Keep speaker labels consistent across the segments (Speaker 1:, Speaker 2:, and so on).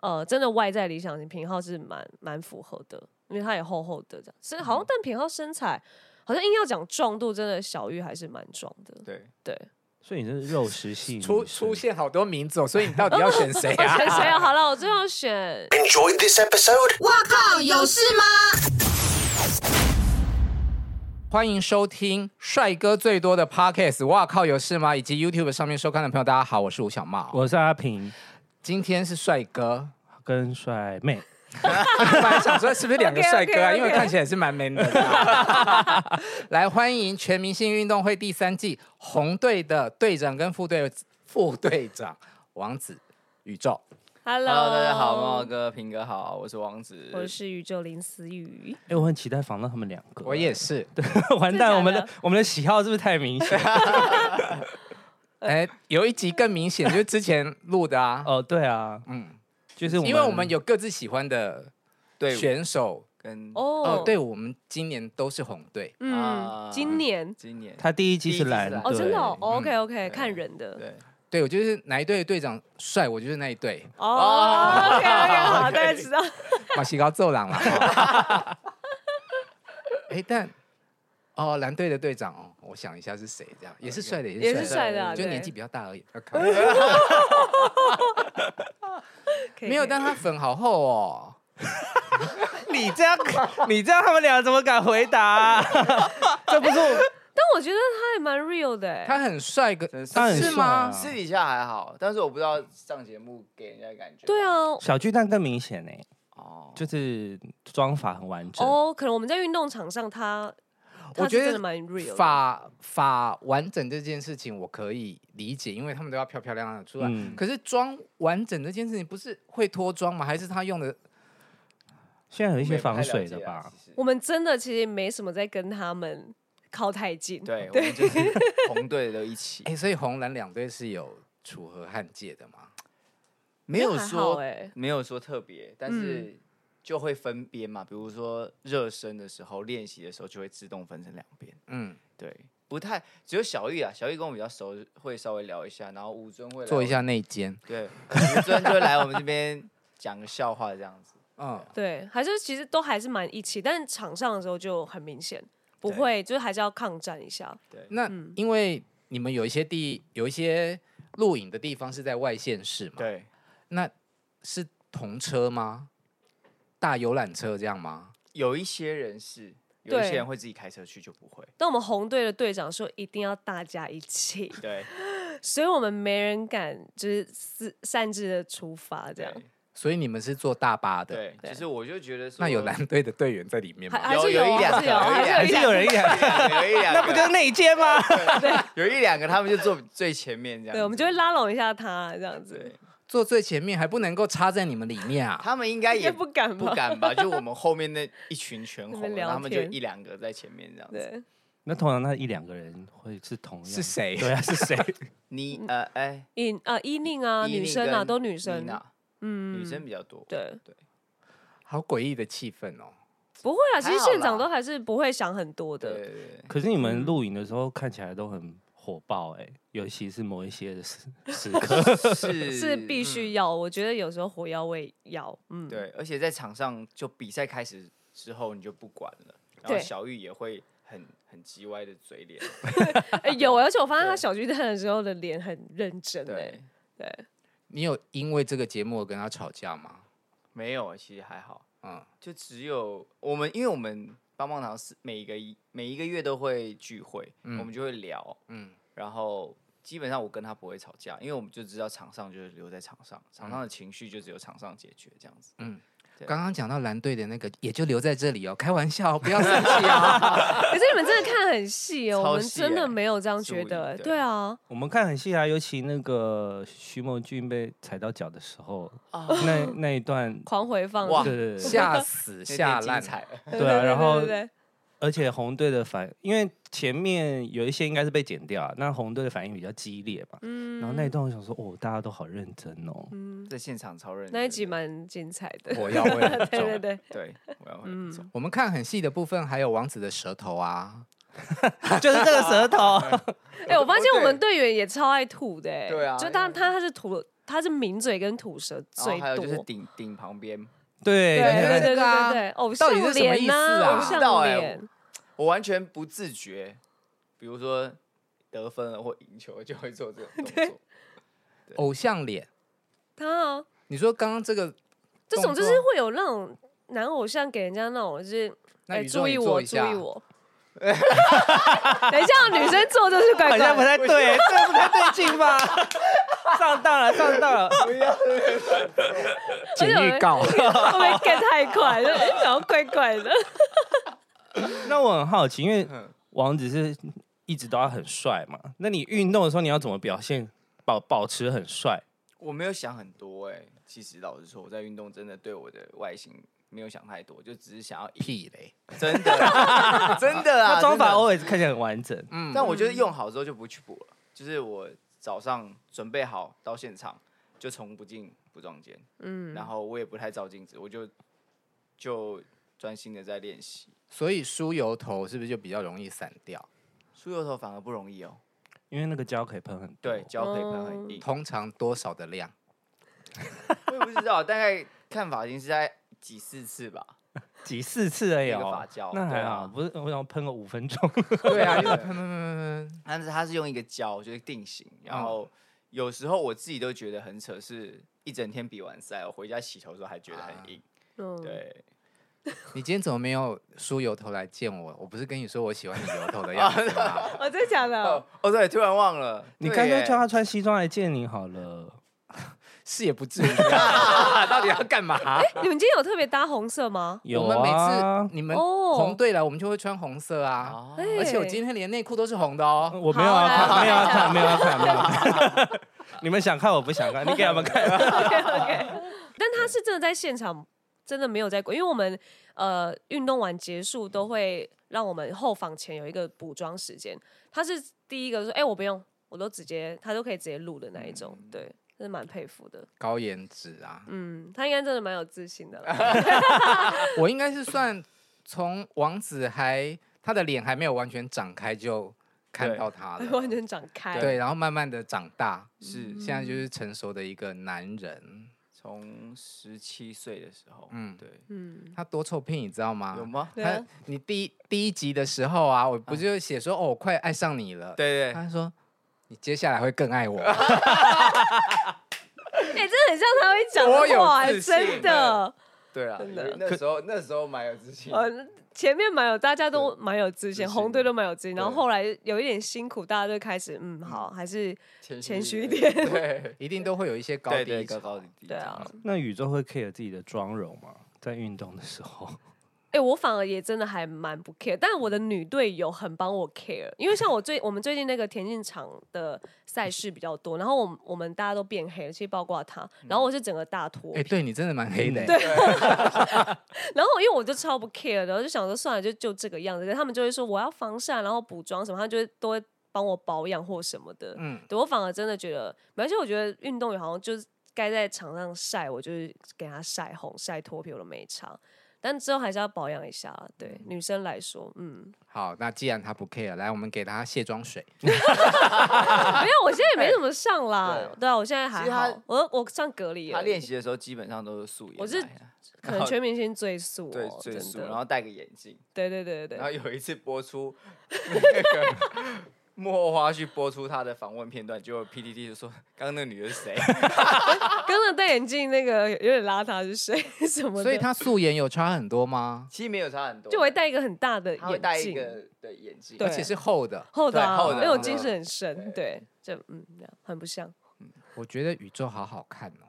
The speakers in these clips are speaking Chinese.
Speaker 1: 呃，真的外在理想型品浩是蛮蛮符合的，因为他也厚厚的这样。是
Speaker 2: 嗯
Speaker 1: 好像但品浩身材好像硬要讲壮度，真的小玉还是蛮壮的。
Speaker 3: 对，
Speaker 1: 对，
Speaker 4: 所以你嗯真是肉食系女
Speaker 3: 出
Speaker 4: 生
Speaker 3: 出现好多名字哦，所以你到底要选谁 啊？
Speaker 1: 选谁啊？好了，我最后 选
Speaker 5: Enjoyed this episode?
Speaker 6: 靠，有事吗？
Speaker 3: 欢迎收听帅哥最多的 Podcast，哇靠，有事吗？以及 YouTube 上面收看的朋友，大家好，我是吴小茂，
Speaker 4: 我是阿平
Speaker 3: 今天是帅哥。
Speaker 4: 跟帅妹，
Speaker 3: 本来想说是不是两个帅哥啊
Speaker 1: OK，OK，OK
Speaker 3: 因为看起来是蛮 man 的。 来，欢迎全明星运动会第三季红队的队长跟副队副队长王子宇宙。
Speaker 1: Hello，
Speaker 2: Hello，大家好，猫哥、平哥好，我是王子。
Speaker 1: 我是宇宙林思雨。
Speaker 4: 哎、我很期待访到他们两个。
Speaker 3: 我也是。
Speaker 4: 完
Speaker 1: 真的假
Speaker 4: 蛋，
Speaker 1: 的
Speaker 4: 我们的我们的喜好是不是太明显？
Speaker 3: 哎、有一集更明显，就是之前录的啊，
Speaker 4: 哦，对啊，
Speaker 3: 嗯
Speaker 4: 嗯，就是我们
Speaker 3: 因为我们有各自喜欢的
Speaker 2: 队伍
Speaker 3: 选手。
Speaker 2: 跟
Speaker 1: 哦
Speaker 3: 哦，，对，我们今年都是红队。
Speaker 1: 嗯，
Speaker 2: 啊
Speaker 1: 今年
Speaker 2: 今年
Speaker 4: 他第一季
Speaker 2: 第一
Speaker 4: 是
Speaker 2: 季是
Speaker 4: 蓝
Speaker 2: 蓝
Speaker 4: 队，
Speaker 1: 哦，真的哦，OK
Speaker 2: 对
Speaker 1: OK，看人的
Speaker 2: 对
Speaker 3: 对，我就是哪一队的队长帅，我就是那一队。
Speaker 1: 哦，OK OK，好，大
Speaker 2: OK
Speaker 1: 家知道。
Speaker 3: 马西高揍狼了。哎、 但哦，蓝队的队长哦，我想一下是谁，这样也是帅的，
Speaker 1: 也
Speaker 3: 是
Speaker 1: 是帅的啊
Speaker 3: 就
Speaker 1: 对
Speaker 3: 年纪比较大而已。
Speaker 1: 可以
Speaker 3: 没有，
Speaker 1: 可以
Speaker 3: 但他粉好厚哦。
Speaker 4: 你这样， 你这样，他们俩怎么敢回答啊、 这不是我
Speaker 1: 但我觉得他也蛮 real 的欸，
Speaker 3: 他很帅个，
Speaker 2: 真是
Speaker 4: 他很
Speaker 3: 是
Speaker 4: 帅啊
Speaker 3: 吗？
Speaker 2: 私底下还好，但是我不知道上节目给人家的感觉。
Speaker 1: 对，啊，
Speaker 4: 小巨蛋更明显呢、
Speaker 2: 哦，
Speaker 4: 就是妆法很完整。
Speaker 1: 哦，可能我们在运动场上他，他
Speaker 3: 我
Speaker 1: 是
Speaker 3: 觉得
Speaker 1: 真的蛮 real 的。
Speaker 3: 发发完整这件事情我可以理解，因为他们都要漂漂亮亮的出来。
Speaker 4: 嗯
Speaker 3: 可是妆完整这件事情，不是会脱妆吗？还是他用的？
Speaker 4: 现在有一
Speaker 2: 一
Speaker 4: 些防水的吧？？
Speaker 1: 我们真的其实没什么在跟他们靠太近，
Speaker 2: 对，我们就是 红队的一起
Speaker 3: 哎、，所以红蓝两队是有楚河汉界的吗？
Speaker 2: 没
Speaker 1: 那
Speaker 2: 有
Speaker 1: 还好
Speaker 2: 说
Speaker 1: 哎，
Speaker 2: 没有说特别，但是就会分边嘛。比如说热身的时候、练习的时候，就会自动分成两边。
Speaker 3: 嗯，
Speaker 2: 对，不太只有小玉啊，小玉跟我比较熟，会稍微聊一下，然后吴尊会来
Speaker 3: 做一
Speaker 2: 我
Speaker 3: 下内奸。
Speaker 2: 对，吴尊就会来我们这边讲个笑话这样子。
Speaker 3: 嗯，
Speaker 1: 对，还是其实都还是蛮一起，但是场上的时候就很明显，不
Speaker 2: 对
Speaker 1: 会就是还是要抗战一下。
Speaker 2: 对，
Speaker 3: 那因为你们有一些地有一些录影的地方是在外县市嘛，
Speaker 2: 对，
Speaker 3: 那是同车吗？大游览车这样吗？
Speaker 2: 有一些人是，有一
Speaker 1: 对
Speaker 2: 些人会自己开车去，就不会。
Speaker 1: 但我们红队的队长说一定要大家一起，
Speaker 2: 对，
Speaker 1: 所以我们没人敢就是私擅自的出发这样。
Speaker 3: 所以你们是坐大巴的。
Speaker 2: 对，
Speaker 1: 对
Speaker 2: 就是我就觉得说，
Speaker 3: 那有 蓝队的队员在里面
Speaker 1: 还
Speaker 3: 吗？
Speaker 1: 还是
Speaker 2: 有一
Speaker 1: 啊
Speaker 2: 两
Speaker 1: 还是有，
Speaker 2: 个有一
Speaker 1: 还
Speaker 2: 两
Speaker 4: 还
Speaker 1: 是有
Speaker 4: 是有人 演，
Speaker 2: 有一两个，
Speaker 4: 那不就是内奸吗？
Speaker 2: 有一两个他们就坐最前面这样子。
Speaker 1: 对，我们就会拉拢一下他这样子
Speaker 2: 对，，
Speaker 3: 坐最前面还不能够插在你们里面啊！
Speaker 2: 他们应该也
Speaker 1: 不敢
Speaker 2: 不
Speaker 1: 吧？
Speaker 2: 敢吧？就我们后面那一群全
Speaker 1: 那
Speaker 2: 红
Speaker 1: 边
Speaker 2: 的，
Speaker 1: 聊
Speaker 2: 他们就
Speaker 1: 天
Speaker 2: 一两个在前面这样子。
Speaker 1: 对，
Speaker 4: 那通常那一两个人会是同 样
Speaker 3: 是谁
Speaker 4: 对啊，是谁？
Speaker 2: 你呃，哎，
Speaker 1: 伊啊伊宁嗯啊，
Speaker 2: 伊
Speaker 1: 女
Speaker 2: 宁
Speaker 1: 生啊，
Speaker 2: 跟
Speaker 1: 都女
Speaker 2: 妮
Speaker 1: 生，
Speaker 2: 娜
Speaker 1: 嗯，
Speaker 2: 女生比较多。
Speaker 1: 对
Speaker 2: 对，
Speaker 3: 好诡异的气氛哦。
Speaker 1: 不会啦，其实
Speaker 2: 还好
Speaker 1: 现场
Speaker 2: 啦
Speaker 1: 都还是不会想很多
Speaker 2: 对
Speaker 1: 的，
Speaker 2: 对对。
Speaker 4: 可是你们录影的时候看起来都很火爆哎、尤其是某一些的时时 刻。
Speaker 2: 是嗯
Speaker 1: 是必须要。我觉得有时候火药味要，嗯，
Speaker 2: 对，而且在场上就比赛开始之后你就不管了，然后
Speaker 1: 对
Speaker 2: 小玉也会很很叽歪的嘴脸，
Speaker 1: 哎， 有，而且我发现他
Speaker 2: 对
Speaker 1: 小巨蛋的时候的脸很认真哎
Speaker 2: 对，，
Speaker 1: 对，
Speaker 3: 你有因为这个节目而跟他吵架吗？
Speaker 2: 没有，其实还好，
Speaker 3: 嗯，
Speaker 2: 就只有我们，因为我们棒棒糖是每一个一每一个月都会聚会，我们就会聊，
Speaker 3: 嗯
Speaker 2: 嗯，然后。基本上我跟他不会吵架，因为我们就知道场上就是留在场上，场上的情绪就只有场上解决这样子。对
Speaker 3: 刚刚讲到蓝队的那个，也就留在这里哦，开玩笑，不要生 气啊。
Speaker 1: 可是你们真的看很细哦，
Speaker 2: 超
Speaker 1: 我们
Speaker 2: 细
Speaker 1: 真的
Speaker 2: 哎
Speaker 1: 没有这样
Speaker 2: 注
Speaker 1: 觉
Speaker 2: 意
Speaker 1: 得，哎
Speaker 2: 对
Speaker 1: 对啊，
Speaker 4: 我们看很戏啊，尤其那个徐梦俊被踩到脚的时候，
Speaker 2: 啊
Speaker 4: 那那一段，
Speaker 1: 狂回放
Speaker 2: 哇
Speaker 4: 对对对
Speaker 3: 吓死，
Speaker 2: 那天
Speaker 3: 吓
Speaker 2: 精
Speaker 3: 烂，
Speaker 2: 彩了，
Speaker 1: 对
Speaker 4: 对啊
Speaker 1: 对
Speaker 4: 然后
Speaker 1: 对对
Speaker 4: 而且红队的反，因为前面有一些应该是被剪掉、啊，那红队的反应比较激烈嘛。然后那一段我想说，哦，大家都好认真哦。
Speaker 2: 在现场超认真。
Speaker 1: 那一集蛮精彩的，
Speaker 3: 火药 味很
Speaker 1: 对对
Speaker 3: 重。
Speaker 1: 对，
Speaker 2: 对，我要会
Speaker 1: 嗯
Speaker 2: 很重
Speaker 3: 我们看很细的部分，还有王子的舌头啊，
Speaker 4: 就是这 个舌头，
Speaker 1: 哎，我发现我们
Speaker 2: 哦对
Speaker 1: 队员也超爱吐的，哎
Speaker 2: 对啊
Speaker 1: 就他
Speaker 2: 因为
Speaker 1: 他他是吐。他是抿嘴跟吐舌
Speaker 2: 然
Speaker 1: 最
Speaker 2: 后还有
Speaker 1: 多。
Speaker 2: 就是顶顶旁边，
Speaker 4: 对
Speaker 1: 对
Speaker 4: 而且
Speaker 1: 对对对
Speaker 3: 这
Speaker 4: 他
Speaker 3: 个啊
Speaker 1: 对对，偶
Speaker 3: 到
Speaker 1: 像
Speaker 3: 底是什么意
Speaker 1: 脸
Speaker 3: 思
Speaker 1: 呐、
Speaker 3: 啊
Speaker 1: 偶
Speaker 2: 不知道
Speaker 1: 像
Speaker 2: 欸
Speaker 1: 脸，
Speaker 2: 我完全不自觉，比如说得分了或赢球就会做这种动 作。
Speaker 3: 偶像脸。
Speaker 1: 他啊，
Speaker 3: 你说刚刚这 个
Speaker 1: 这种就
Speaker 3: 动
Speaker 1: 是
Speaker 3: 作
Speaker 1: 会有那种男偶像给人家那种就是。
Speaker 3: 那
Speaker 1: 哎
Speaker 3: 宇宙
Speaker 1: 注
Speaker 3: 你
Speaker 1: 意
Speaker 3: 做
Speaker 1: 我，
Speaker 3: 一
Speaker 1: 注
Speaker 3: 下
Speaker 1: 意我。等一下，女生做就是怪
Speaker 4: 好
Speaker 1: 怪
Speaker 4: 像不
Speaker 1: 的。
Speaker 4: 太对，这个不太对劲吧？ 上当了，上当了，
Speaker 1: 啊而且我们
Speaker 3: 告，
Speaker 1: 会不会 get 太快？就哎然后怪怪的。
Speaker 4: 那我很好奇，因为
Speaker 2: 嗯
Speaker 4: 王子是一直都要很帅嘛，那你运动的时候你要怎么表现，保保持很帅？
Speaker 2: 我没有想很多哎、其实老实说，我在运动真的对我的外形没有想太多，就只是想要赢，
Speaker 3: 屁嘞，
Speaker 2: 真的 真的啊，
Speaker 4: 那妆法
Speaker 2: 真的
Speaker 4: always 看起来很完整，
Speaker 3: 嗯，
Speaker 2: 但我觉得用好之后就不去补了，就是我早上准备好到现场就从不进服装间，
Speaker 1: 嗯，
Speaker 2: 然后我也不太照镜子，我就就专心的在练习。
Speaker 3: 所以梳油头是不是就比较容易散掉？
Speaker 2: 梳油头反而不容易哦，
Speaker 4: 因为那个胶可以喷很多。
Speaker 2: 对，胶可以喷很硬，
Speaker 3: 通常多少的量？
Speaker 2: 我也不知道，大概看发型是在几四次吧，
Speaker 4: 几四次而已
Speaker 2: 一个
Speaker 4: 哦
Speaker 2: 发胶，
Speaker 4: 那还好，
Speaker 2: 对啊
Speaker 4: 不是我想喷个五分钟。
Speaker 3: 对 啊，因为喷喷喷喷
Speaker 2: 但是它是用一个胶就是定型，然
Speaker 3: 嗯
Speaker 2: 后有时候我自己都觉得很扯，是一整天比完赛，我回家洗头的时候还觉得
Speaker 3: 啊
Speaker 2: 很硬，
Speaker 1: 嗯，
Speaker 2: 对，
Speaker 3: 喷，你今天怎么没有梳油头来见我？我不是跟你说我喜欢你油 头的样子吗？
Speaker 1: 我真的假的
Speaker 2: 哦？哦对，突然忘了，
Speaker 4: 你
Speaker 2: 对
Speaker 4: 干脆
Speaker 2: 耶
Speaker 4: 叫他穿西装来见你好了。
Speaker 3: 是也不至于啊，到底要干嘛？
Speaker 1: 你们今天有特别搭红色吗？
Speaker 4: 有
Speaker 3: 我们每
Speaker 4: 啊
Speaker 3: 次，你们
Speaker 1: 哦
Speaker 3: 红队了，我们就会穿红色啊。
Speaker 2: 哦
Speaker 1: 哎
Speaker 3: 而且我今天连内裤都是红的哦。
Speaker 4: 我没有要
Speaker 1: 好
Speaker 4: 看，
Speaker 1: 来
Speaker 4: 没有要看，
Speaker 1: 好
Speaker 4: 没有要啊看，没有要看。 你们想看，我不想看，你给他们看。
Speaker 1: OK OK，但 他是真的在现场，真的没有在管，因为我们呃运动完结束都会让我们后访前有一个补妆时间，他是第一个说，哎、我不用，我都直接他都可以直接录的那一种，对，真的蛮佩服的，
Speaker 3: 高颜值啊，
Speaker 1: 嗯，他应该真的蛮有自信的啦，
Speaker 3: 我应该是算从王子还他的脸还没有完全展开就看
Speaker 2: 对
Speaker 3: 到他了，
Speaker 1: 完全展开，嗯
Speaker 3: 对，然后慢慢的长大，
Speaker 2: 是
Speaker 3: 现在就是成熟的一个男人。
Speaker 2: 从十七岁的时候，
Speaker 3: 嗯
Speaker 2: 嗯，对，
Speaker 1: 嗯，
Speaker 3: 他多臭屁，你知道
Speaker 2: 有
Speaker 3: 吗？
Speaker 2: 吗？
Speaker 1: 对
Speaker 3: 他
Speaker 1: 啊，
Speaker 3: 你第一第一集的时候啊，我不就写说哦，我快爱上你了。，
Speaker 2: 对
Speaker 1: 啊
Speaker 2: 对，
Speaker 3: 他说你接下来会更爱我。
Speaker 1: 哎、真的很像他会讲
Speaker 2: 多
Speaker 1: 的
Speaker 2: 有
Speaker 1: 话、哎
Speaker 2: 自信
Speaker 1: 真的，
Speaker 2: 对啊，
Speaker 1: 真的
Speaker 2: 因为那时候那时候蛮有自信的，
Speaker 1: 呃，前面蛮有，大家都蛮有自信，
Speaker 2: 自信
Speaker 1: 红队都蛮有自信，然后
Speaker 2: 对
Speaker 1: 后来有一点辛苦，大家就开始，嗯，好，还是谦虚一
Speaker 2: 点，
Speaker 1: 点
Speaker 2: 对
Speaker 3: 一定都会有一些高
Speaker 2: 对
Speaker 3: 低
Speaker 2: 对，
Speaker 3: 潮
Speaker 2: 高高低低，
Speaker 1: 对啊
Speaker 2: 这样子
Speaker 4: 那宇宙会 care 自己的妆容吗？在运动的时候，
Speaker 1: 哎、我反而也真的还蛮不 care，但
Speaker 3: 嗯
Speaker 1: 我的女队友很帮我 care，因为像我最我们最近那个田径场的
Speaker 3: 嗯
Speaker 1: 赛事比较多，然后我们我们大家都变黑了，其实包括她，然后我是整个大脱
Speaker 3: 哎、对你真的蛮黑的、
Speaker 1: 对然后因为我就超不 care 的，我就想说算了，就就这个样子。可是他们就会说我要防晒，然后补妆什么，他们就会都会帮我保养或什么的。
Speaker 3: 嗯，
Speaker 1: 对我反而真的觉得，而且我觉得运动员好像就是该在场上晒，我就是给他晒红、晒脱皮，我都没差。但之后还是要保养一下啦，对女生来说，嗯。
Speaker 3: 好，那既然他不 care，来，我们给他卸妆水。
Speaker 1: 没有，我现在也没怎么上 啦。对啊，我现在还
Speaker 2: 其实
Speaker 1: 好
Speaker 2: 他，
Speaker 1: 我我上隔离而已，
Speaker 2: 他练习的时候基本上都是素颜来啊，
Speaker 1: 我是可能全明星最素、哦，
Speaker 2: 对
Speaker 1: 真
Speaker 2: 最
Speaker 1: 的
Speaker 2: 素，然后戴个眼镜，
Speaker 1: 对对对对
Speaker 2: 然后
Speaker 1: 对，
Speaker 2: 有一次播出 那个 幕后花絮播出他的访问片段，结果 PDD 就说刚刚那女的是谁？
Speaker 1: 跟着戴眼镜那个有点邋遢是谁 什么的，
Speaker 3: 所以他素颜有差很多吗？
Speaker 2: 其实没有差很多，
Speaker 1: 就我会戴一个很大的
Speaker 2: 他会戴
Speaker 1: 眼
Speaker 2: 一
Speaker 1: 镜，
Speaker 2: 个的眼镜，
Speaker 1: 对
Speaker 3: 而且是厚的。
Speaker 1: 厚的、啊，
Speaker 2: 对厚的
Speaker 1: 因为我
Speaker 2: 厚的
Speaker 1: 近视很深，对，就嗯，这样很不像，
Speaker 3: 我觉得宇宙好好看哦。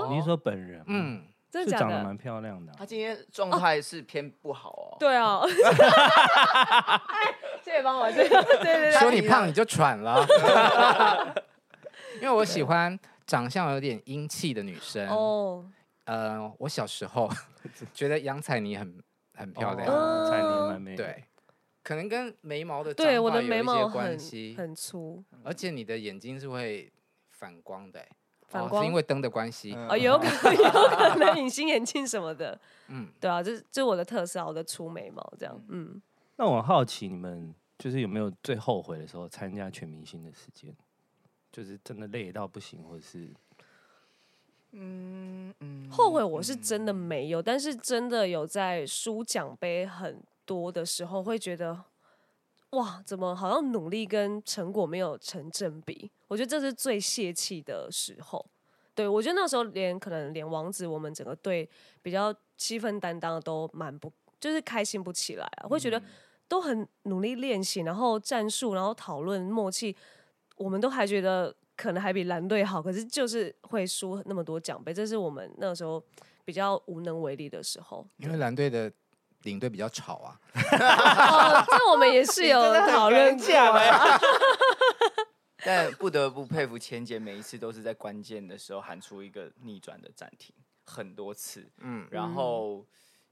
Speaker 2: 哦，
Speaker 4: 你是说本人？嗯，
Speaker 3: 嗯，
Speaker 1: 真
Speaker 4: 是
Speaker 1: 的假
Speaker 4: 长得
Speaker 1: 的
Speaker 4: 蛮？漂亮的啊。
Speaker 2: 他今天状态是偏不好哦。
Speaker 1: 哦对啊， 谢谢帮我，这个对对对，
Speaker 3: 嗯说你胖你就喘 了，因为我喜欢长相有点英气的女生。
Speaker 1: 哦，
Speaker 3: 呃，我小时候 觉得杨采妮很很漂亮，
Speaker 1: 哦
Speaker 4: 才年蛮美。，
Speaker 3: 对，可能跟眉毛的
Speaker 1: 对，
Speaker 3: 长
Speaker 1: 我
Speaker 3: 发
Speaker 1: 的
Speaker 3: 有
Speaker 1: 眉
Speaker 3: 一
Speaker 1: 毛
Speaker 3: 些
Speaker 1: 很
Speaker 3: 关系，
Speaker 1: 很粗，
Speaker 3: 而且你的眼睛是会反光的欸、
Speaker 1: 反
Speaker 3: 哦
Speaker 1: 光
Speaker 3: 是因为灯的关系。
Speaker 2: 嗯
Speaker 1: 啊、有可 能有可能隐形眼镜什么的，
Speaker 3: 嗯，
Speaker 1: 对啊，这是这是我的特色啊，我的粗眉毛这样，嗯，
Speaker 4: 那我很好奇你们就是有没有最后悔的时候参加全明星的时间，就是真的累到不行，或者是
Speaker 2: 嗯嗯
Speaker 1: 后悔我是真的没有，但是真的有在输奖杯很多的时候，会觉得哇，怎么好像努力跟成果没有成正比？我觉得这是最泄气的时候。对我觉得那时候连可能连王子我们整个队比较气氛担当的都蛮不，就是开心不起来啊，会觉
Speaker 2: 嗯
Speaker 1: 得都很努力练习，然后战术，然后讨论默契，我们都还觉得可能还比蓝队好，可是就是会输那么多奖杯，这是我们那时候比较无能为力的时候。
Speaker 3: 因为蓝队的领队比较吵啊，
Speaker 1: 哦，这我们也是有讨论过啊，
Speaker 2: 但不得不佩服千姐，每一次都是在关键的时候喊出一个逆转的暂停，很多次。
Speaker 3: 嗯，
Speaker 2: 然后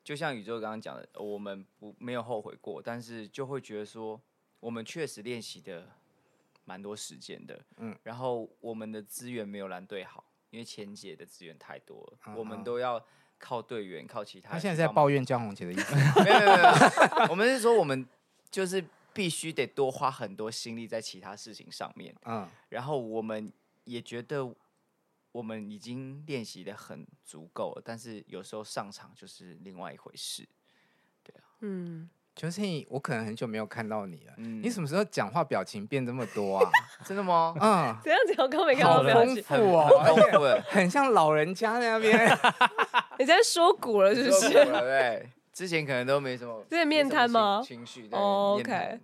Speaker 2: 就像宇宙刚刚讲的，我们不没有后悔过，但是就会觉得说，我们确实练习的蛮多时间的，
Speaker 3: 嗯
Speaker 2: 嗯，然后我们的资源没有蓝队好，因为前姐的资源太多了，我们都要靠队员，靠其他
Speaker 3: 嗯他
Speaker 2: 人
Speaker 3: 现
Speaker 2: 去
Speaker 3: 在在
Speaker 2: 帮忙
Speaker 3: 抱怨江宏杰的意 思。
Speaker 2: 没有没有没有，我 们是说我们就是必须得多花很多心力在其他事情上面，
Speaker 3: 嗯，
Speaker 2: 然后我们也觉得我们已经练习的很足够了，但是有时候上场就是另外一回事。
Speaker 1: 嗯，
Speaker 3: 就是我可能很久没有看到你了，
Speaker 2: 嗯
Speaker 3: 你什么时候讲话表情变这么多 啊？
Speaker 2: 真的吗？
Speaker 3: 嗯，
Speaker 1: 怎样怎样，刚没看
Speaker 4: 好
Speaker 1: 到
Speaker 3: 好
Speaker 1: 表
Speaker 3: 丰
Speaker 1: 情，
Speaker 3: 富哦，而
Speaker 2: 很
Speaker 3: 且
Speaker 2: 丰富欸
Speaker 3: 很像老人家那 边。
Speaker 1: 你在说古了是不
Speaker 2: 受
Speaker 1: 是
Speaker 2: 苦？了对，之前可能都没什么，
Speaker 1: 这是面
Speaker 2: 没什么
Speaker 1: 瘫
Speaker 2: 情
Speaker 1: 吗
Speaker 2: 情绪对
Speaker 1: 哦
Speaker 2: 面
Speaker 1: OK
Speaker 2: 瘫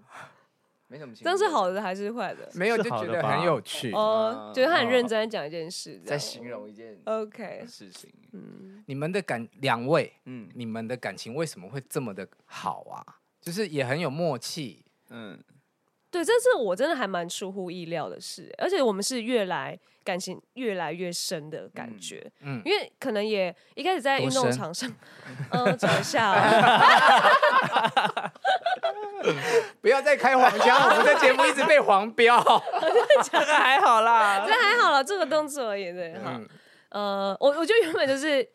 Speaker 2: 没什么情绪，
Speaker 1: 这样是好的还是坏 的？
Speaker 3: 没有，
Speaker 4: 是
Speaker 3: 就
Speaker 4: 好
Speaker 3: 觉
Speaker 4: 的
Speaker 3: 得
Speaker 4: 吧
Speaker 3: 很有趣。
Speaker 1: 哦，觉得他很认真在讲一件事，这
Speaker 2: 嗯在
Speaker 1: 样
Speaker 2: 形容一件
Speaker 1: 哦 OK，嗯
Speaker 2: 事情。
Speaker 3: 你们的感，两位，
Speaker 2: 嗯
Speaker 3: 你们的感情为什么会这么的好啊？就是也很有默契，
Speaker 2: 嗯，
Speaker 1: 对，这是我真的还蛮出乎意料的事，而且我们是越来感情越来越深的感觉，
Speaker 3: 嗯
Speaker 1: 嗯，因为可能也一开始在
Speaker 3: 多
Speaker 1: 运动
Speaker 3: 深
Speaker 1: 场上， 嗯，我找一下、哦，
Speaker 3: 不要再开黄腔，我们的节目一直被黄标。
Speaker 4: 这个还好啦
Speaker 1: 这。还好了，这个动作而已，对，好，
Speaker 3: 嗯，
Speaker 1: 呃，我我觉得原本就是，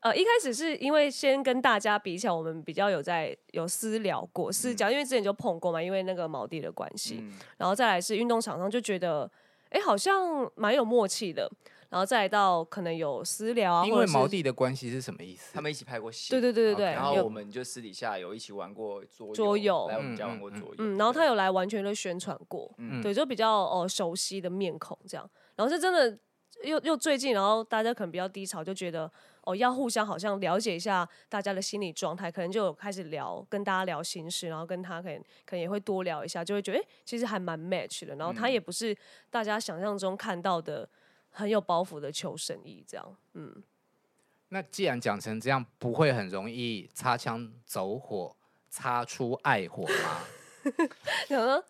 Speaker 1: 呃，一开始是因为先跟大家比起来，我们比较有在有私聊过
Speaker 3: 嗯
Speaker 1: 私交，因为之前就碰过嘛，因为那个毛地的关系，
Speaker 2: 嗯
Speaker 1: 然后再来是运动场上就觉得，哎，好像蛮有默契的，然后再来到可能有私聊啊，
Speaker 3: 因
Speaker 1: 或
Speaker 3: 为
Speaker 1: 者是
Speaker 3: 毛弟的关系是什么意思？
Speaker 2: 他们一起拍过戏，
Speaker 1: 对对对对对，
Speaker 2: 然后
Speaker 1: 有
Speaker 2: 我们就私底下有一起玩过桌游，
Speaker 1: 桌游
Speaker 2: 来我们家玩过
Speaker 3: 嗯嗯
Speaker 2: 桌游。
Speaker 1: 嗯，然后他有来完全的宣传过，
Speaker 2: 嗯
Speaker 1: 对，就比较哦熟悉的面孔这样。然后是真的又又最近，然后大家可能比较低潮，就觉得哦要互相好像了解一下大家的心理状态，可能就有开始聊跟大家聊心事，然后跟他可能可能也会多聊一下，就会觉得哎、诶其实还蛮 match 的。然后他
Speaker 2: 嗯
Speaker 1: 也不是大家想象中看到的很有包袱的求生意这样，嗯。
Speaker 3: 那既然讲成这样，不会很容易擦枪走火，擦出爱火吗？
Speaker 1: 然后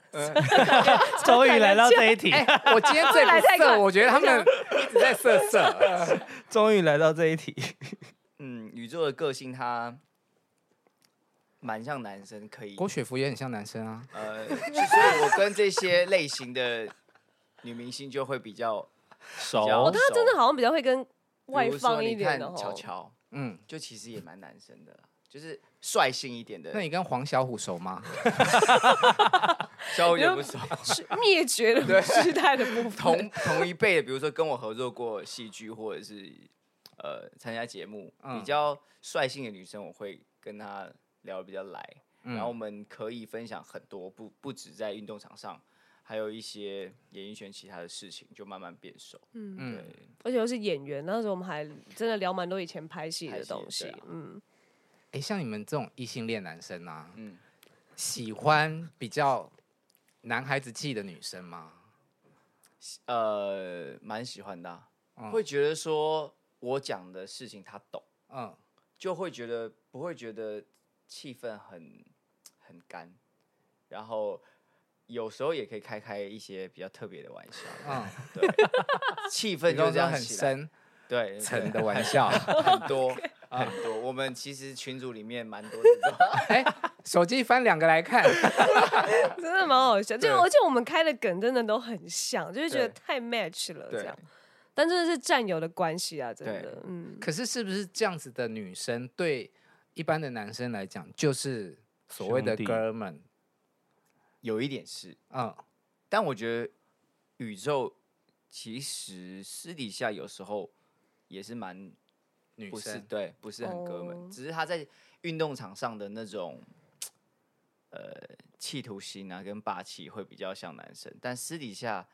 Speaker 4: 终于来到这一题，
Speaker 3: 哎、我今天最
Speaker 1: 来
Speaker 3: 不
Speaker 1: 太快
Speaker 3: 色，我觉得他们一直在色色。
Speaker 4: 终于来到这一题。
Speaker 2: 嗯，宇宙的个性他蛮像男生，可以
Speaker 3: 郭雪芙也很像男生啊，
Speaker 2: 呃，就所以我跟这些类型的女明星就会比较
Speaker 4: 熟
Speaker 2: 比较
Speaker 1: 哦，他真的好像比较会跟外
Speaker 2: 比如说
Speaker 1: 放一
Speaker 2: 你
Speaker 1: 点
Speaker 2: 看
Speaker 1: 的哦，
Speaker 2: 乔乔，
Speaker 3: 嗯，
Speaker 2: 就其实也蛮男生的啦，就是率性一点的
Speaker 3: 那。你跟黄小虎熟吗？
Speaker 2: 稍微有点不熟，
Speaker 1: 是灭绝的 时代的部分。
Speaker 2: 同同一辈的，比如说跟我合作过戏剧或者是呃参加节目，
Speaker 3: 嗯
Speaker 2: 比较率性的女生，我会跟她聊得比较来，
Speaker 3: 嗯
Speaker 2: 然后我们可以分享很多，不不止在运动场上，还有一些演艺圈其他的事情，就慢慢变熟。
Speaker 1: 嗯，
Speaker 3: 嗯，
Speaker 2: 对，
Speaker 1: 而且又是演员，那时候我们还真的聊蛮多以前拍戏的东西
Speaker 2: 拍戏对啊。
Speaker 1: 嗯，
Speaker 3: 哎、像你们这种异性恋男生啊，
Speaker 2: 嗯，
Speaker 3: 喜欢比较男孩子气的女生吗？
Speaker 2: 呃，蛮喜欢的啊、
Speaker 3: 嗯
Speaker 2: 会觉得说我讲的事情她懂，
Speaker 3: 嗯，
Speaker 2: 就会觉得不会觉得气氛很很干，然后有时候也可以开开一些比较特别的玩笑，
Speaker 3: 嗯，
Speaker 2: 对， 气氛
Speaker 3: 比
Speaker 2: 就
Speaker 3: 方
Speaker 2: 这
Speaker 3: 说
Speaker 2: 样
Speaker 3: 很
Speaker 2: 起来，
Speaker 3: 深
Speaker 2: 对，对
Speaker 3: 层的玩笑。
Speaker 2: 很多很多，我们其实群组里面蛮多这种。
Speaker 3: 哎、手机翻两个来看，
Speaker 1: 真的蛮好笑，就
Speaker 2: 对
Speaker 1: 而且我们开的梗真的都很像，就是觉得
Speaker 2: 对
Speaker 1: 太 match 了这
Speaker 2: 对
Speaker 1: 样。但真的是战友的关系啊，真
Speaker 2: 对
Speaker 1: 的，嗯，
Speaker 3: 可是是不是这样子的女生对一般的男生来讲，就是所谓的
Speaker 4: 兄弟
Speaker 3: 哥们？
Speaker 2: 有一点是，
Speaker 3: 嗯，
Speaker 2: 但我觉得宇宙其实私底下有时候也是蛮
Speaker 3: 女
Speaker 2: 不是
Speaker 3: 生
Speaker 2: 对，不是很哥们，
Speaker 1: 哦
Speaker 2: 只是他在运动场上的那种呃企图心啊跟霸气会比较像男生，但私底下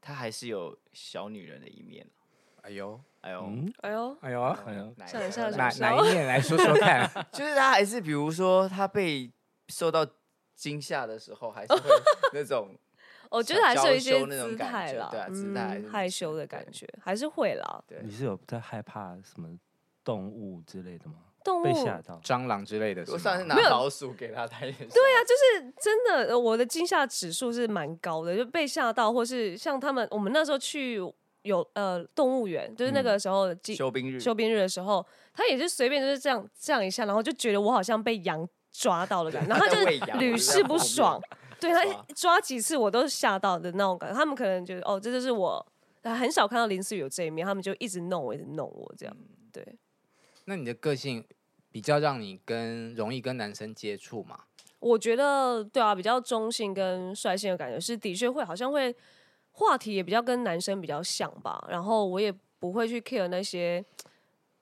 Speaker 2: 他还是有小女人的一面。啊
Speaker 3: 哎呦
Speaker 2: 哎呦，
Speaker 4: 嗯，
Speaker 1: 哎呦，
Speaker 3: 哎呦，
Speaker 4: 哎呀，
Speaker 2: 哪一
Speaker 1: 像
Speaker 2: 个
Speaker 1: 像
Speaker 3: 哪
Speaker 2: 哪
Speaker 1: 是
Speaker 3: 哪一面来说说看？
Speaker 2: 就是他还是比如说他被受到惊吓的时候，还 是会那种
Speaker 1: 我觉得还是有一
Speaker 2: 娇
Speaker 1: 些
Speaker 2: 羞那种
Speaker 1: 姿
Speaker 2: 感
Speaker 1: 态
Speaker 2: 觉
Speaker 1: 啦，
Speaker 2: 对啊姿态还是
Speaker 1: 嗯，
Speaker 2: 女
Speaker 1: 害
Speaker 2: 生
Speaker 1: 羞的感
Speaker 2: 对
Speaker 1: 觉还是会啦。
Speaker 2: 对
Speaker 4: 你是有在害怕什么动物之类的吗？
Speaker 1: 动物
Speaker 4: 被吓到？
Speaker 3: 蟑螂之类的是吗，
Speaker 2: 我上次拿
Speaker 1: 没有
Speaker 2: 老鼠给他，他也对啊，就
Speaker 1: 就是真的，呃我的惊吓指数是蛮高的，就被吓到，或是像他们，我们那时候去有呃动物园，就是
Speaker 2: 嗯
Speaker 1: 那个时候季
Speaker 2: 休兵日，
Speaker 1: 休兵日的时候，他也是随便就是这样这样一下，然后就觉得我好像被羊抓到了感 觉，然后他
Speaker 2: 他在喂
Speaker 1: 就
Speaker 2: 羊
Speaker 1: 屡
Speaker 2: 我就在
Speaker 1: 试
Speaker 2: 旁
Speaker 1: 不
Speaker 2: 边
Speaker 1: 爽，对他
Speaker 2: 抓
Speaker 1: 抓几次我都吓到的那种感觉，他们可能觉得哦，这就是我。呃很少看到林思雨有这一面，他们就一直弄我，一直弄我这样。
Speaker 2: 嗯
Speaker 1: 对，
Speaker 3: 那你的个性比较让你跟容易跟男生接触嘛？
Speaker 1: 我觉得对啊，比较中性跟率性的感觉是，的确会好像会话题也比较跟男生比较像吧。然后我也不会去 care 那些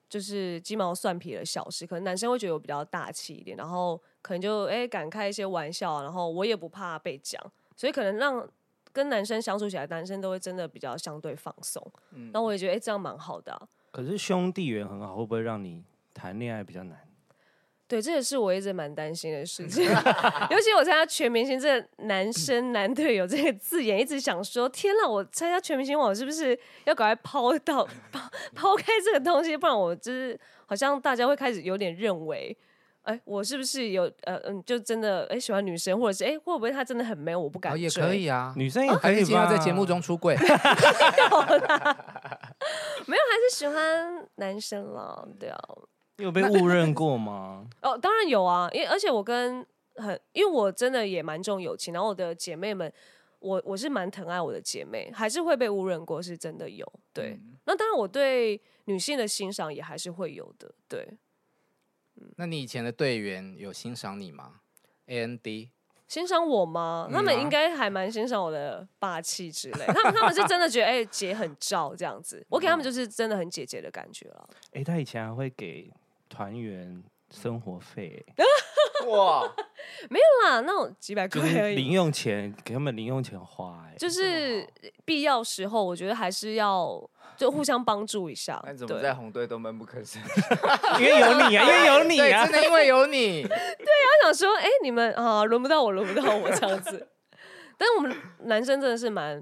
Speaker 1: 就是鸡毛蒜皮的小事，可能男生会觉得我比较大气一点，然后可能就哎敢开一些玩笑啊，然后我也不怕被讲，所以可能让跟男生相处起来，男生都会真的比较相对放松。
Speaker 2: 嗯
Speaker 1: 然后我也觉得哎、这样蛮好的啊、
Speaker 4: 可是兄弟缘很好，会不会让你谈恋爱比较难？
Speaker 1: 对，这也是我一直蛮担心的
Speaker 3: 嗯
Speaker 1: 事情。 尤其我参加全明星，这男生男队友这个字眼，一直想说：天呐，我参加全明星，我是不是要赶快抛到抛抛开这个东西？不然我就是好像大家会开始有点认为，哎，我是不是有呃嗯，就真的哎喜欢女生，或者是哎会不会他真的很 man，我不敢
Speaker 3: 哦，
Speaker 1: 追、
Speaker 3: 也可以啊。
Speaker 4: 女生也可
Speaker 3: 还
Speaker 4: 以
Speaker 3: 是今天
Speaker 4: 吧？
Speaker 3: 要在节目中出 柜，
Speaker 1: 还是喜欢男生啦，对啊。
Speaker 4: 你有被误认过吗？
Speaker 1: 哦，当然有啊，因为而且我跟很，因为我真的也蛮重友情，然后我的姐妹们，我我是蛮疼爱我的姐妹，还是会被误认过，是真的有。对，
Speaker 2: 嗯
Speaker 1: 那当然我对女性的欣赏也还是会有的。对，
Speaker 3: 那你以前的队员有欣赏你吗？A N D，
Speaker 1: 欣赏我吗？他
Speaker 3: 嗯
Speaker 1: 们
Speaker 3: 啊
Speaker 1: 应该还蛮欣赏我的霸气之类，他们他们是真的觉得哎、姐很照这样子，我给他们就是真的很姐姐的感觉了。
Speaker 4: 哎、他以前还会给团员生活费、
Speaker 2: 哇，
Speaker 1: 对啦，那种几百
Speaker 4: 就
Speaker 1: 块而
Speaker 4: 是
Speaker 1: 已
Speaker 4: 零。用钱，给他们零用钱花、哎，
Speaker 1: 就是必要时候，我觉得还是要就互相帮助一下。
Speaker 2: 那
Speaker 1: 对。
Speaker 2: 怎么在红队都闷不吭声？
Speaker 4: 因为有你啊，因为有 你
Speaker 3: 对，
Speaker 4: 啊
Speaker 3: 真，的因为有你，
Speaker 1: 想说，哎、你们啊，轮不到我，轮不到我这样子。但我们男生真的是蛮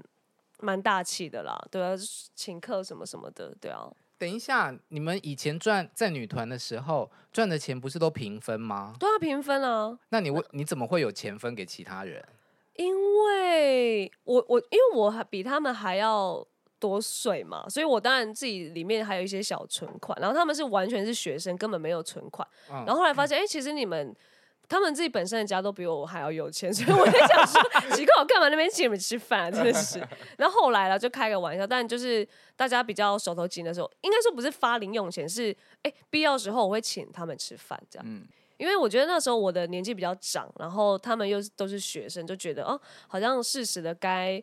Speaker 1: 蛮大气的啦，对啊，请客什么什么的，对啊，
Speaker 3: 等一下，你们以前赚在女团的时候赚的钱不是都平分吗？
Speaker 1: 都要平分啊。
Speaker 3: 那你为你怎么会有钱分给其他人？
Speaker 1: 因为我我因为我还比他们还要多岁嘛，所以我当然自己里面还有一些小存款，然后他们是完全是学生，根本没有存款。
Speaker 3: 嗯
Speaker 1: 然后后来发现，哎、其实你们。他们自己本身的家都比我还要有钱，所以我在想说，奇怪，我干嘛那边请你们吃饭、啊？真的是。然后后来了，就开个玩笑，但就是大家比较手头紧的时候，应该说不是发零用钱，是哎、必要时候我会请他们吃饭这样。
Speaker 2: 嗯，
Speaker 1: 因为我觉得那时候我的年纪比较长，然后他们又是都是学生，就觉得哦，好像适时的该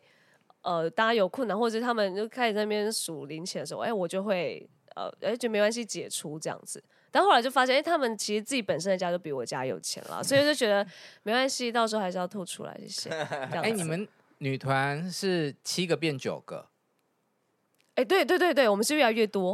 Speaker 1: 呃，大家有困难，或者是他们就开始在那边数零钱的时候，哎，我就会呃，哎，就没关系，解除这样子。但后来就发现，哎，他们其实自己本身的家就比我家有钱了，所以就觉得没关系，到时候还是要吐出来，谢谢。哎
Speaker 3: 哎，你们女团是七个变九个，
Speaker 1: 哎、对对对对，我们是越来越多，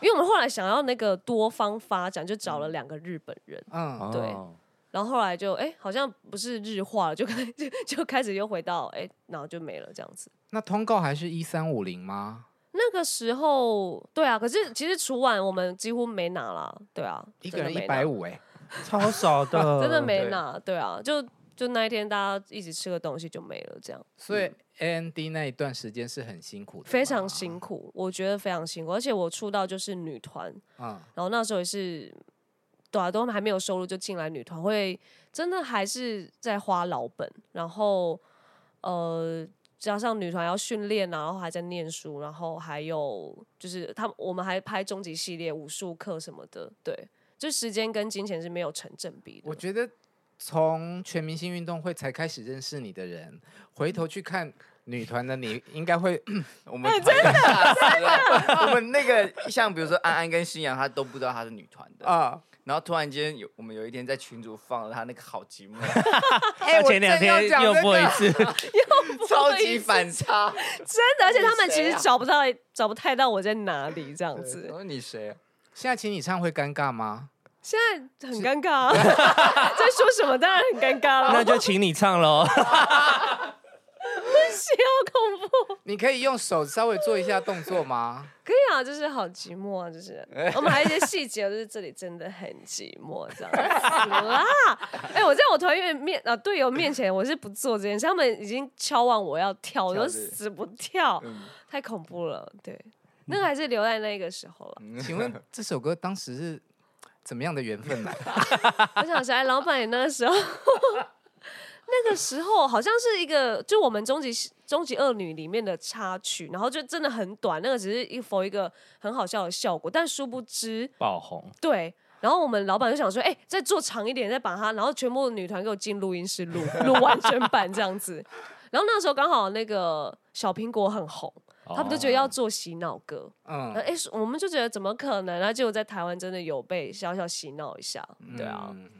Speaker 1: 因为我们后来想要那个多方发展，就找了两个日本人。
Speaker 3: 嗯，
Speaker 1: 对
Speaker 4: 哦
Speaker 1: 然后后来就哎、诶好像不是日化了，就开就就开始又回到哎、诶然后就没了这样子。
Speaker 3: 那通告还是一三五零吗？
Speaker 1: 那个时候，对啊，可是其实除完我们几乎没拿啦，对啊，
Speaker 3: 一个人一
Speaker 1: 真的没拿
Speaker 3: 百，五，哎，
Speaker 4: 超少 的，
Speaker 1: 真的没
Speaker 2: 对
Speaker 1: 拿，对啊，就就那一天大家一起吃个东西就没了，这样
Speaker 3: 所以 A N D 那一段时间是很辛苦的，
Speaker 1: 非常辛苦，我觉得非常辛苦，而且我出道就是女团，
Speaker 3: 嗯，
Speaker 1: 然后那时候也是，对啊，都还没有收入就进来女团，会真的还是在花老本，然后呃，加上女团要训练啊，然后还在念书，然后还有就是他们我们还拍终极系列武术课什么的，对，就时间跟金钱是没有成正比的。
Speaker 3: 我觉得从全明星运动会才开始认识你的人，回头去看女团的你应该会，
Speaker 2: 我们哎真 的真的，我们那个像比如说安安跟新阳，他都不知道他是女团的
Speaker 3: 啊，
Speaker 2: 然后突然间有我们有一天在群组放了他那个好 节目，
Speaker 3: 哎， 我
Speaker 4: 前两
Speaker 3: 正要
Speaker 4: 天
Speaker 3: 讲
Speaker 4: 又
Speaker 3: 这
Speaker 4: 播一
Speaker 3: 个
Speaker 4: 次，
Speaker 2: 超级反差。
Speaker 1: 真的，而且他们
Speaker 2: 你
Speaker 1: 其
Speaker 2: 谁
Speaker 1: 实
Speaker 2: 啊
Speaker 1: 找不到、找不太到我在哪里这样
Speaker 2: 对
Speaker 1: 子
Speaker 2: 然，后你谁啊？
Speaker 3: 现在请你唱会尴尬吗？
Speaker 1: 现在很尴尬、 啊，在说什么当然很尴尬
Speaker 4: 那
Speaker 1: 了，
Speaker 4: 就请你唱喽。
Speaker 1: 是要恐怖。
Speaker 3: 你可以用手稍微做一下动作吗？
Speaker 1: 可以啊，就是好寂寞啊，就是我们还有一些细节，就是这里真的很寂寞这样子啦。哎、我在我团员面啊队友面前，我是不做这件事，他们已经敲完我要跳，我
Speaker 2: 跳
Speaker 1: 都
Speaker 2: 是
Speaker 1: 死不跳，
Speaker 2: 嗯
Speaker 1: 太恐怖了。对，那个还是留在那个时候了。
Speaker 3: 请问这首歌当时是怎么样的缘分呢？
Speaker 1: 我想起来，老板也那个时候，那个时候好像是一个，就我们终极终极恶女里面的插曲，然后就真的很短，那个只是一 for 一个很好笑的效果，但殊不知，
Speaker 4: 爆红，
Speaker 1: 对。然后我们老板就想说，哎、再做长一点，再把它，然后全部女团给我进录音室录录完整版这样子。 然后那时候刚好那个小苹果很红，他
Speaker 4: 哦
Speaker 1: 们都觉得
Speaker 2: 哦
Speaker 1: 要做洗脑歌，哎、
Speaker 3: 嗯，
Speaker 1: 诶是我们就觉得怎么可能？啊然后结果在台湾真的有被小小洗脑一下，对啊。
Speaker 3: 嗯。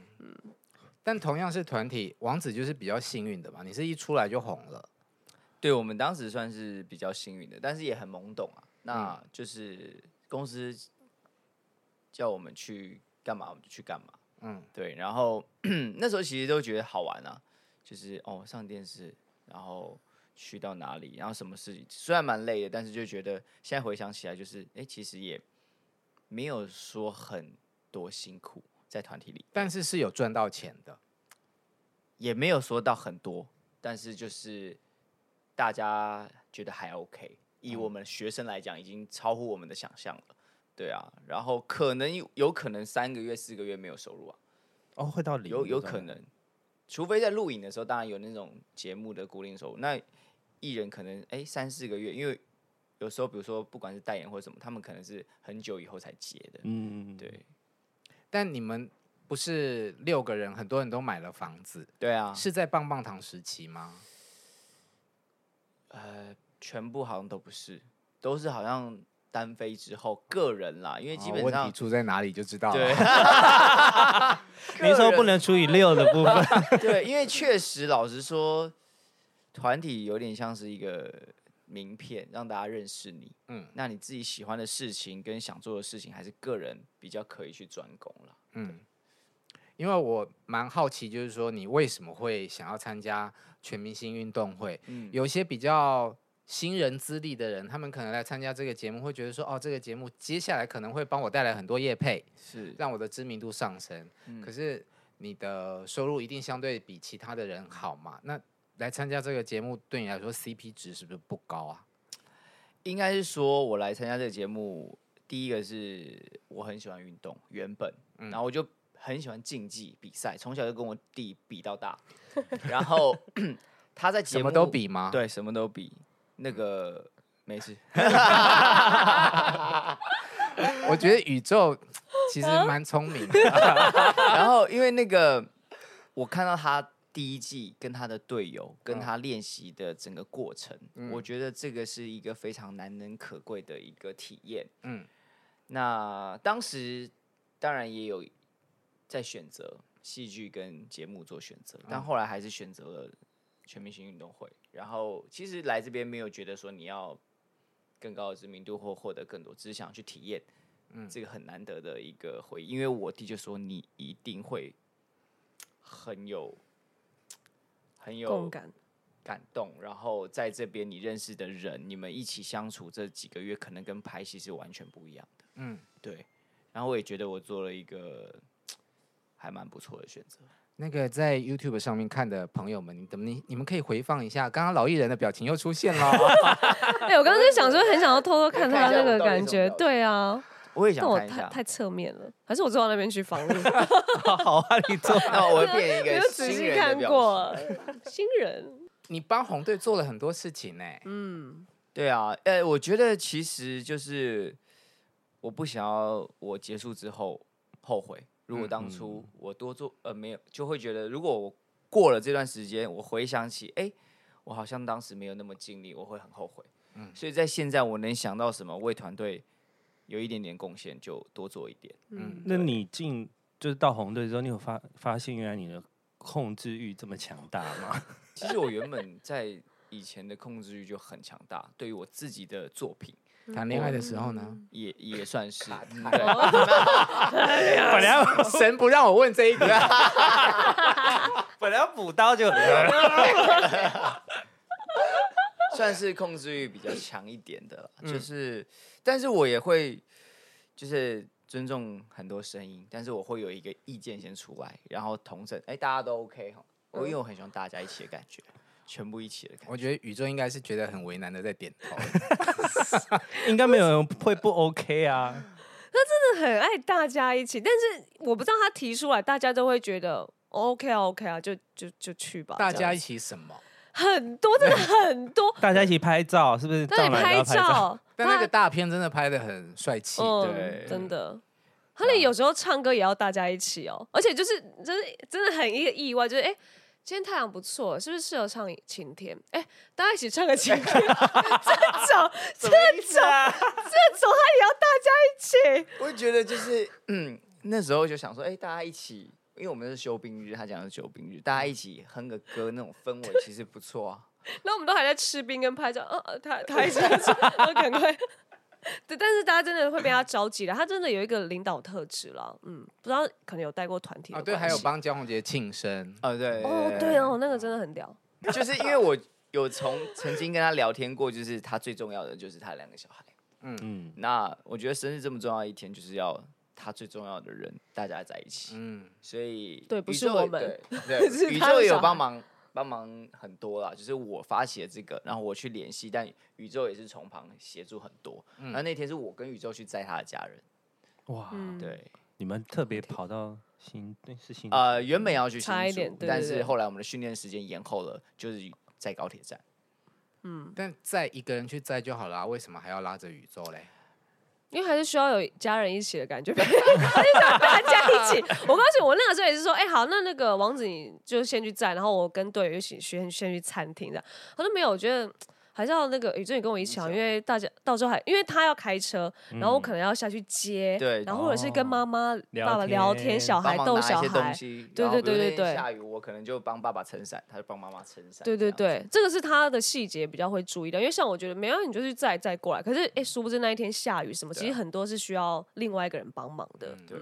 Speaker 3: 但同样是团体，王子就是比较幸运的嘛。你是一出来就红了，
Speaker 2: 对我们当时算是比较幸运的，但是也很懵懂啊。那就是公司叫我们去干嘛，我们就去干嘛。
Speaker 3: 嗯，
Speaker 2: 对，然后 那时候其实都觉得好玩啊，就是哦上电视，然后去到哪里，然后什么事情，虽然蛮累的，但是就觉得现在回想起来，就是哎、诶其实也没有说很多辛苦在团体里，
Speaker 3: 但是是有赚到钱的。
Speaker 2: 也没有说到很多，但是就是大家觉得还 OK。以我们学生来讲，已经超乎我们的想象了，对啊。然后可能有有可能三个月、四个月没有收入啊，
Speaker 4: 哦，会到零，
Speaker 2: 有有可能，除非在录影的时候，当然有那种节目的固定收入。那艺人可能哎三四个月，因为有时候比如说不管是代言或什么，他们可能是很久以后才结的。
Speaker 4: 嗯，
Speaker 2: 对
Speaker 3: 但你们不是六个人，很多人都买了房子，
Speaker 2: 对啊，
Speaker 3: 是在棒棒糖时期吗？
Speaker 2: 呃，全部好像都不是，都是好像单飞之后个人啦，因为基
Speaker 3: 哦
Speaker 2: 本
Speaker 3: 问
Speaker 2: 上、
Speaker 3: 题出在哪里就知道了。
Speaker 2: 对
Speaker 4: 你说不
Speaker 2: 个人
Speaker 4: 能除以六的部分，
Speaker 2: 对，因为确实老实说，团体有点像是一个名片，让大家认识你。
Speaker 3: 嗯
Speaker 2: 嗯，那你自己喜欢的事情跟想做的事情，还是个人比较可以去专攻了。
Speaker 3: 嗯， 因为我蛮好奇，就是说你为什么会想要参加全明星运动会？
Speaker 2: 嗯，
Speaker 3: 有一些比较新人资历的人，他们可能来参加这个节目，会觉得说，哦，这个节目接下来可能会帮我带来很多业配，
Speaker 2: 是
Speaker 3: 让我的知名度上升。
Speaker 2: 嗯
Speaker 3: 可是你的收入一定相对比其他的人好嘛？那来参加这个节目，对你来说 CP 值是不是不高啊？
Speaker 2: 应该是说，我来参加这个节目，第一个是我很喜欢运动，原本，
Speaker 3: 嗯
Speaker 2: 然后我就很喜欢竞技比赛，从小就跟我弟比到大， 然后他在节
Speaker 3: 什
Speaker 2: 目
Speaker 3: 么都比吗？，
Speaker 2: 对，什么都比那个 没事，
Speaker 3: 我觉得宇宙其实蛮聪明的。
Speaker 2: 然后因为那个，我看到他第一季跟他的队友
Speaker 3: 嗯
Speaker 2: 跟他练习的整个过程，我觉得这个是一个非常难能可贵的一个体验。
Speaker 3: 嗯
Speaker 2: 嗯，那当时当然也有在选择戏剧跟节目做选择，
Speaker 1: 嗯
Speaker 2: 但后来还是选择了全明星运动会。然后其实来这边没有觉得说你要更高的知名度或获得更多，只是想去体验。
Speaker 1: 嗯
Speaker 2: 这个很难得的一个回忆，因为我弟就说你一定会很有很有
Speaker 1: 共感，
Speaker 2: 感动，然后在这边你认识的人，你们一起相处这几个月，可能跟拍戏是完全不一样的。
Speaker 3: 嗯，
Speaker 2: 对。然后我也觉得我做了一个还蛮不错的选择。
Speaker 3: 那个在 YouTube 上面看的朋友们，你怎么你你们可以回放一下，刚刚老艺人的表情又出现了。哦
Speaker 1: 哎、我刚刚在想说，很想要偷偷看他那个感觉，
Speaker 2: 我看一下我到底怎么了解
Speaker 1: 对啊，
Speaker 2: 我也
Speaker 1: 但
Speaker 2: 想
Speaker 1: 我
Speaker 2: 看一
Speaker 1: 太
Speaker 2: 下，
Speaker 1: 太侧面了，还是我坐到那边去访问，
Speaker 4: 好啊，你做
Speaker 2: 那我会变一
Speaker 1: 没
Speaker 2: 个
Speaker 1: 有仔
Speaker 2: 新
Speaker 1: 细
Speaker 2: 人
Speaker 1: 看
Speaker 2: 的表情
Speaker 1: 过新 人，
Speaker 3: 你帮红队做了很多事情呢、
Speaker 1: 嗯，
Speaker 2: 对啊，呃，我觉得其实就是我不想要我结束之后后悔。如果当初我多做，呃，没有，就会觉得如果我过了这段时间，我回想起，哎、我好像当时没有那么尽力，我会很后悔。嗯，所以在现在我能想到什么为团队有一点点贡献，就多做一点。
Speaker 1: 嗯，
Speaker 4: 那你进就是到红队之后，你有发发现原来你的控制欲这么强大吗？
Speaker 2: 其实我原本在以前的控制欲就很强大，对于我自己的作品
Speaker 3: 谈恋爱的时候呢，
Speaker 1: 嗯
Speaker 2: 也也算是。嗯
Speaker 4: 本来要
Speaker 3: 神不让我问这一个，
Speaker 4: 本来要补刀就，
Speaker 2: 算是控制欲比较强一点的啦，就是，但是我也会就是尊重很多声音，但是我会有一个意见先出来，然后同整，哎、大家都 OK 哈，我因为我很喜欢大家一起的感觉，全部一起的感
Speaker 3: 我
Speaker 2: 觉，
Speaker 3: 觉得宇宙应该是觉得很为难的在点 头。
Speaker 4: 应该没有人会不 OK 啊。，
Speaker 1: 真的很爱大家一起，但是我不知道他提出来，大家都会觉得。哦 OK 啊，OK 啊，就就就去吧。
Speaker 3: 大
Speaker 1: 这样
Speaker 3: 家一起什么？
Speaker 1: 很多，真的很多
Speaker 4: 大家一起拍照，是不是？
Speaker 1: 对，
Speaker 4: 照哪里都要拍照，
Speaker 1: 照，
Speaker 3: 但那个
Speaker 1: 他
Speaker 3: 大片真的拍的很帅气，
Speaker 1: 嗯
Speaker 2: 对，
Speaker 1: 真的。他们有时候唱歌也要大家一起哦，而且就是真的真的很一个意外，就是哎、诶今天太阳不错，是不是适合唱《晴天》？哎、大家一起唱个《晴天》，这种这种、这种他也要大家一起，
Speaker 2: 我觉得就是，嗯， 那时候就想说，哎、大家一起，因为我们是休兵日，他讲的是休兵日，大家一起哼个歌，那种氛围其实不错啊。
Speaker 1: 然后我们都还在吃冰跟拍照，呃、呃他他一直在吃， 然后赶快。对，但是大家真的会被他着急了，他真的有一个领导特质了，嗯，不知道可能有带过团体的
Speaker 3: 哦，对，
Speaker 1: 关
Speaker 3: 还有
Speaker 1: 系
Speaker 3: 帮江宏杰庆生，
Speaker 2: 哦，对，
Speaker 1: 哦，对哦，那个真的很屌，
Speaker 2: 就是因为我有从曾经跟他聊天过，就是他最重要的就是他两个小孩。
Speaker 4: 嗯，
Speaker 2: 那我觉得生日这么重要的一天，就是要他最重要的人大家在一起，
Speaker 3: 嗯，
Speaker 2: 所以
Speaker 1: 对
Speaker 2: 宇
Speaker 1: 不是
Speaker 2: 宙
Speaker 1: 我
Speaker 2: 也
Speaker 1: 们
Speaker 2: 对对
Speaker 1: 是
Speaker 2: 宇
Speaker 1: 他的
Speaker 2: 宙也
Speaker 1: 小
Speaker 2: 有
Speaker 1: 孩
Speaker 2: 帮忙帮忙很多啦，就是我发起了这个，然后我去联系，但宇宙也是从旁协助很多。然后那天是我跟宇宙去载他的家人，
Speaker 4: 哇，
Speaker 1: 嗯，
Speaker 2: 对，
Speaker 4: 你们特别跑到新对是新
Speaker 2: 呃，原本要去新
Speaker 1: 差一
Speaker 2: 竹
Speaker 1: 点对
Speaker 2: 但
Speaker 1: 对
Speaker 2: 是
Speaker 1: 对
Speaker 2: 后来我们的训练时间延后了，就是在高铁站。
Speaker 3: 但再一个人去载就好了啊，为什么还要拉着宇宙嘞？
Speaker 1: 因为还是需要有家人一起的感觉，还 是想大家一起。我告诉你，我那个时候也是说，哎、好，那那个王子你就先去站，然后我跟队友一起先先去餐厅这样。他说没有，我觉得。还是要那个宇宙你跟我一起好，因为大家到时候还因为他要开车，然后我可能要下去接，
Speaker 2: 嗯对哦
Speaker 1: 然后或者是跟妈妈、
Speaker 4: 聊
Speaker 1: 爸爸聊
Speaker 4: 天
Speaker 1: 天，小
Speaker 2: 帮
Speaker 1: 孩
Speaker 2: 忙
Speaker 1: 哦逗
Speaker 2: 拿
Speaker 1: 小
Speaker 2: 一些东
Speaker 1: 孩，
Speaker 2: 西，
Speaker 1: 对
Speaker 2: 然后
Speaker 1: 对
Speaker 2: 比如
Speaker 1: 对
Speaker 2: 那
Speaker 1: 对
Speaker 2: 天
Speaker 1: 对
Speaker 2: 下雨我可能就帮爸爸撑伞，他就帮妈妈撑伞。
Speaker 1: 对对
Speaker 2: 这样
Speaker 1: 对，这个是他的细节比较会注意到，因为像我觉得没有你就是再再过来，可是哎、殊不知那一天下雨什么，
Speaker 2: 对啊嗯
Speaker 1: 其实很多是需要另外一个人帮忙的。
Speaker 2: 对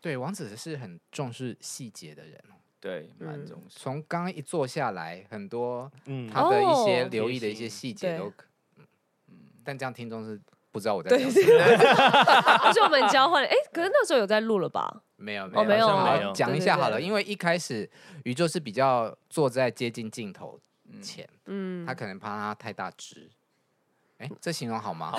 Speaker 3: 对，王子是很重视细节的人哦，
Speaker 2: 对，蛮
Speaker 1: 嗯
Speaker 2: 重视。
Speaker 3: 从刚刚一坐下来，很多
Speaker 4: 嗯，
Speaker 3: 他的一些
Speaker 1: 哦
Speaker 3: 留意的一些细节
Speaker 1: 对
Speaker 3: 都可，嗯，但这样听众是不知道我在
Speaker 1: 对
Speaker 3: 讲，什
Speaker 1: 对
Speaker 3: 么，
Speaker 1: 而且我们交换了，哎、可是那时候有在录了吧？
Speaker 3: 没有
Speaker 1: 哦没有
Speaker 3: 好像
Speaker 4: 啊
Speaker 3: 没有讲一
Speaker 1: 对
Speaker 3: 下
Speaker 1: 对
Speaker 3: 好了，
Speaker 1: 对
Speaker 3: 因为一开始宇宙是比较坐在接近镜头
Speaker 2: 嗯
Speaker 3: 前，
Speaker 1: 嗯，
Speaker 3: 他可能怕他太大只，哎，这形容好吗？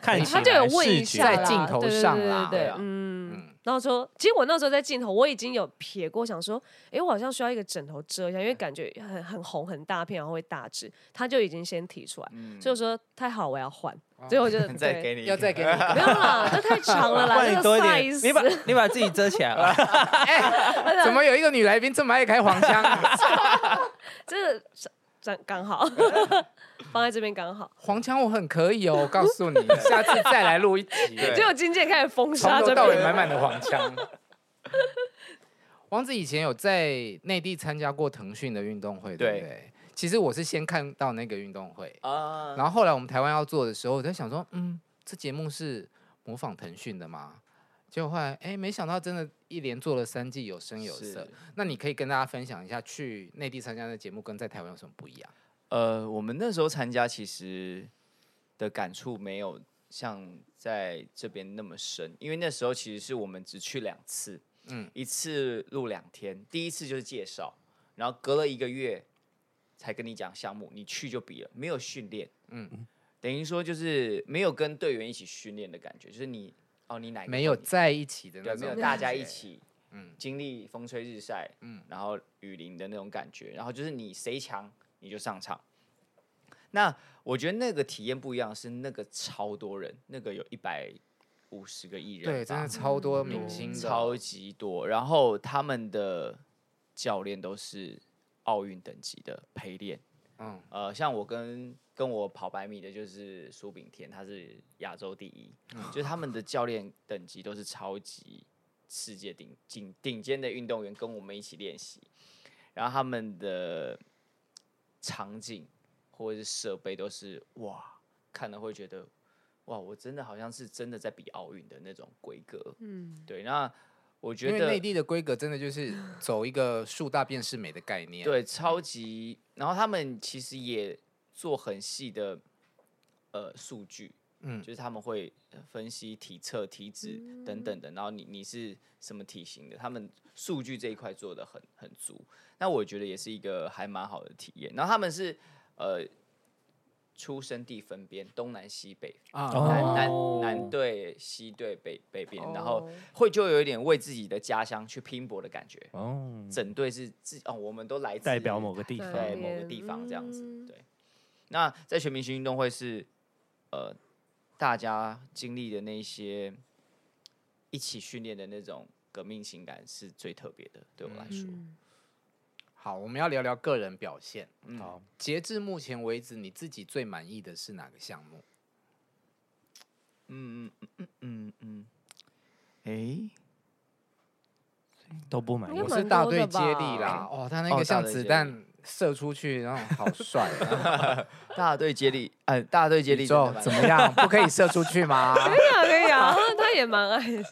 Speaker 4: 看起
Speaker 1: 他
Speaker 4: 哎来
Speaker 1: 就有问一
Speaker 4: 视
Speaker 1: 下
Speaker 4: 觉
Speaker 1: 啦
Speaker 3: 在镜头上啦
Speaker 1: 对对对对
Speaker 2: 对
Speaker 1: 对
Speaker 2: 啊
Speaker 1: 嗯
Speaker 3: 嗯。
Speaker 1: 然后说，其实我那时候在镜头，我已经有瞥过，想说，哎、我好像需要一个枕头遮一下，因为感觉很很红很大片，然后会大致，他就已经先提出来，
Speaker 2: 嗯
Speaker 1: 所以我说太好，我要换，所以我就
Speaker 2: 再
Speaker 1: 对
Speaker 2: 给你一
Speaker 3: 要
Speaker 2: 个
Speaker 3: 再给你一个
Speaker 1: 没有啦，这太长了
Speaker 4: 不
Speaker 1: 啦，
Speaker 4: 然
Speaker 1: 这
Speaker 4: 你
Speaker 1: 个
Speaker 4: 多一点，
Speaker 1: size，
Speaker 4: 你把你把自己遮起来吧。
Speaker 3: 怎么有一个女来宾这么爱开黄腔 啊？
Speaker 1: 这个刚刚好，放在这边刚好。
Speaker 3: 黄腔我很可以哦，我告诉你， 下次再来录一集，
Speaker 2: 对
Speaker 1: 结果金健开始封
Speaker 3: 从
Speaker 1: 杀
Speaker 3: 头
Speaker 1: 这
Speaker 3: 到尾
Speaker 1: 边，
Speaker 3: 满满的黄腔。王子以前有在内地参加过腾讯的运动会，对不
Speaker 2: 对
Speaker 3: 对？其实我是先看到那个运动会，
Speaker 2: 啊，
Speaker 3: 然后后来我们台湾要做的时候，我在想说，嗯，这节目是模仿腾讯的吗？结果后来，哎，没想到真的，一连做了三季，有声有色
Speaker 2: 是。
Speaker 3: 那你可以跟大家分享一下，去内地参加的节目跟在台湾有什么不一样？
Speaker 2: 呃，我们那时候参加其实的感触没有像在这边那么深，因为那时候其实是我们只去两次，
Speaker 3: 嗯
Speaker 2: 嗯，一次录两天，第一次就是介绍，然后隔了一个月才跟你讲项目，你去就比了，没有训练，
Speaker 3: 嗯
Speaker 2: 嗯，等于说就是没有跟队员一起训练的感觉，就是你哦，你哪个
Speaker 3: 没有
Speaker 2: 队你
Speaker 3: 在一起的那
Speaker 2: 对，啊
Speaker 3: 种，
Speaker 2: 没有大家一。起，
Speaker 3: 嗯
Speaker 2: 嗯，经历风吹日晒，
Speaker 3: 嗯
Speaker 2: 嗯，然后雨淋的那种感觉，然后就是你谁强你就上场。那我觉得那个体验不一样，是那个超多人，那个有一百五十个艺人吧，
Speaker 3: 对，真的超多明
Speaker 1: 嗯
Speaker 3: 星的，
Speaker 2: 超级多。然后他们的教练都是奥运等级的陪练，
Speaker 3: 嗯，
Speaker 2: 呃，像我跟跟我跑百米的，就是苏炳添，他是亚洲第一，
Speaker 3: 嗯
Speaker 2: 就是他们的教练等级都是超级世界顶顶顶尖的运动员，跟我们一起练习，然后他们的场景或者是设备都是哇，看了会觉得哇，我真的好像是真的在比奥运的那种规格，
Speaker 1: 嗯，
Speaker 2: 对，那我觉
Speaker 3: 因为
Speaker 2: 得
Speaker 3: 内地的规格真的就是走一个树大便是美的概念。，
Speaker 2: 对，超级。然后他们其实也做很细的呃数据，嗯，就是他们会呃分析体测、体脂等等的，
Speaker 3: 嗯
Speaker 2: 然后你你是什么体型的，他们数据这一块做的很很足。那我觉得也是一个还蛮好的体验。然后他们是呃。出生地分边，东南西北，
Speaker 3: 啊、
Speaker 2: 南
Speaker 4: 哦
Speaker 2: 南南队、西队、北北边，然后
Speaker 3: 哦
Speaker 2: 会就有一点为自己的家乡去拼搏的感觉。
Speaker 4: 哦，
Speaker 2: 整队是自哦，我们都来自
Speaker 4: 代表某个地方，
Speaker 2: 对某个
Speaker 1: 边
Speaker 2: 地方这样子。
Speaker 1: 嗯
Speaker 2: 对，那在全明星运动会是呃，大家经历的那些一起训练的那种革命情感是最特别的，对我来说。
Speaker 1: 嗯
Speaker 3: 好，我们要聊聊个人表现。
Speaker 2: 嗯
Speaker 4: 好，
Speaker 3: 截至目前为止，你自己最满意的是哪个项目？
Speaker 2: 嗯嗯嗯嗯嗯，哎、
Speaker 3: 嗯
Speaker 4: 都不满意
Speaker 1: 应该。
Speaker 3: 我
Speaker 1: 蛮
Speaker 3: 是大
Speaker 1: 多的
Speaker 3: 队接力
Speaker 1: 吧
Speaker 3: 啦，哦，他那
Speaker 2: 哦
Speaker 3: 个
Speaker 2: 大
Speaker 3: 像
Speaker 2: 队
Speaker 3: 子
Speaker 2: 接
Speaker 3: 弹射出去，然后好帅啊。
Speaker 2: 大队接力，哎、大队 接力
Speaker 3: 宇
Speaker 2: 真的
Speaker 3: 宙
Speaker 2: 蛮
Speaker 3: 怎么样？不可以射出去吗？
Speaker 1: 可以啊，可以啊，他也蛮爱， 很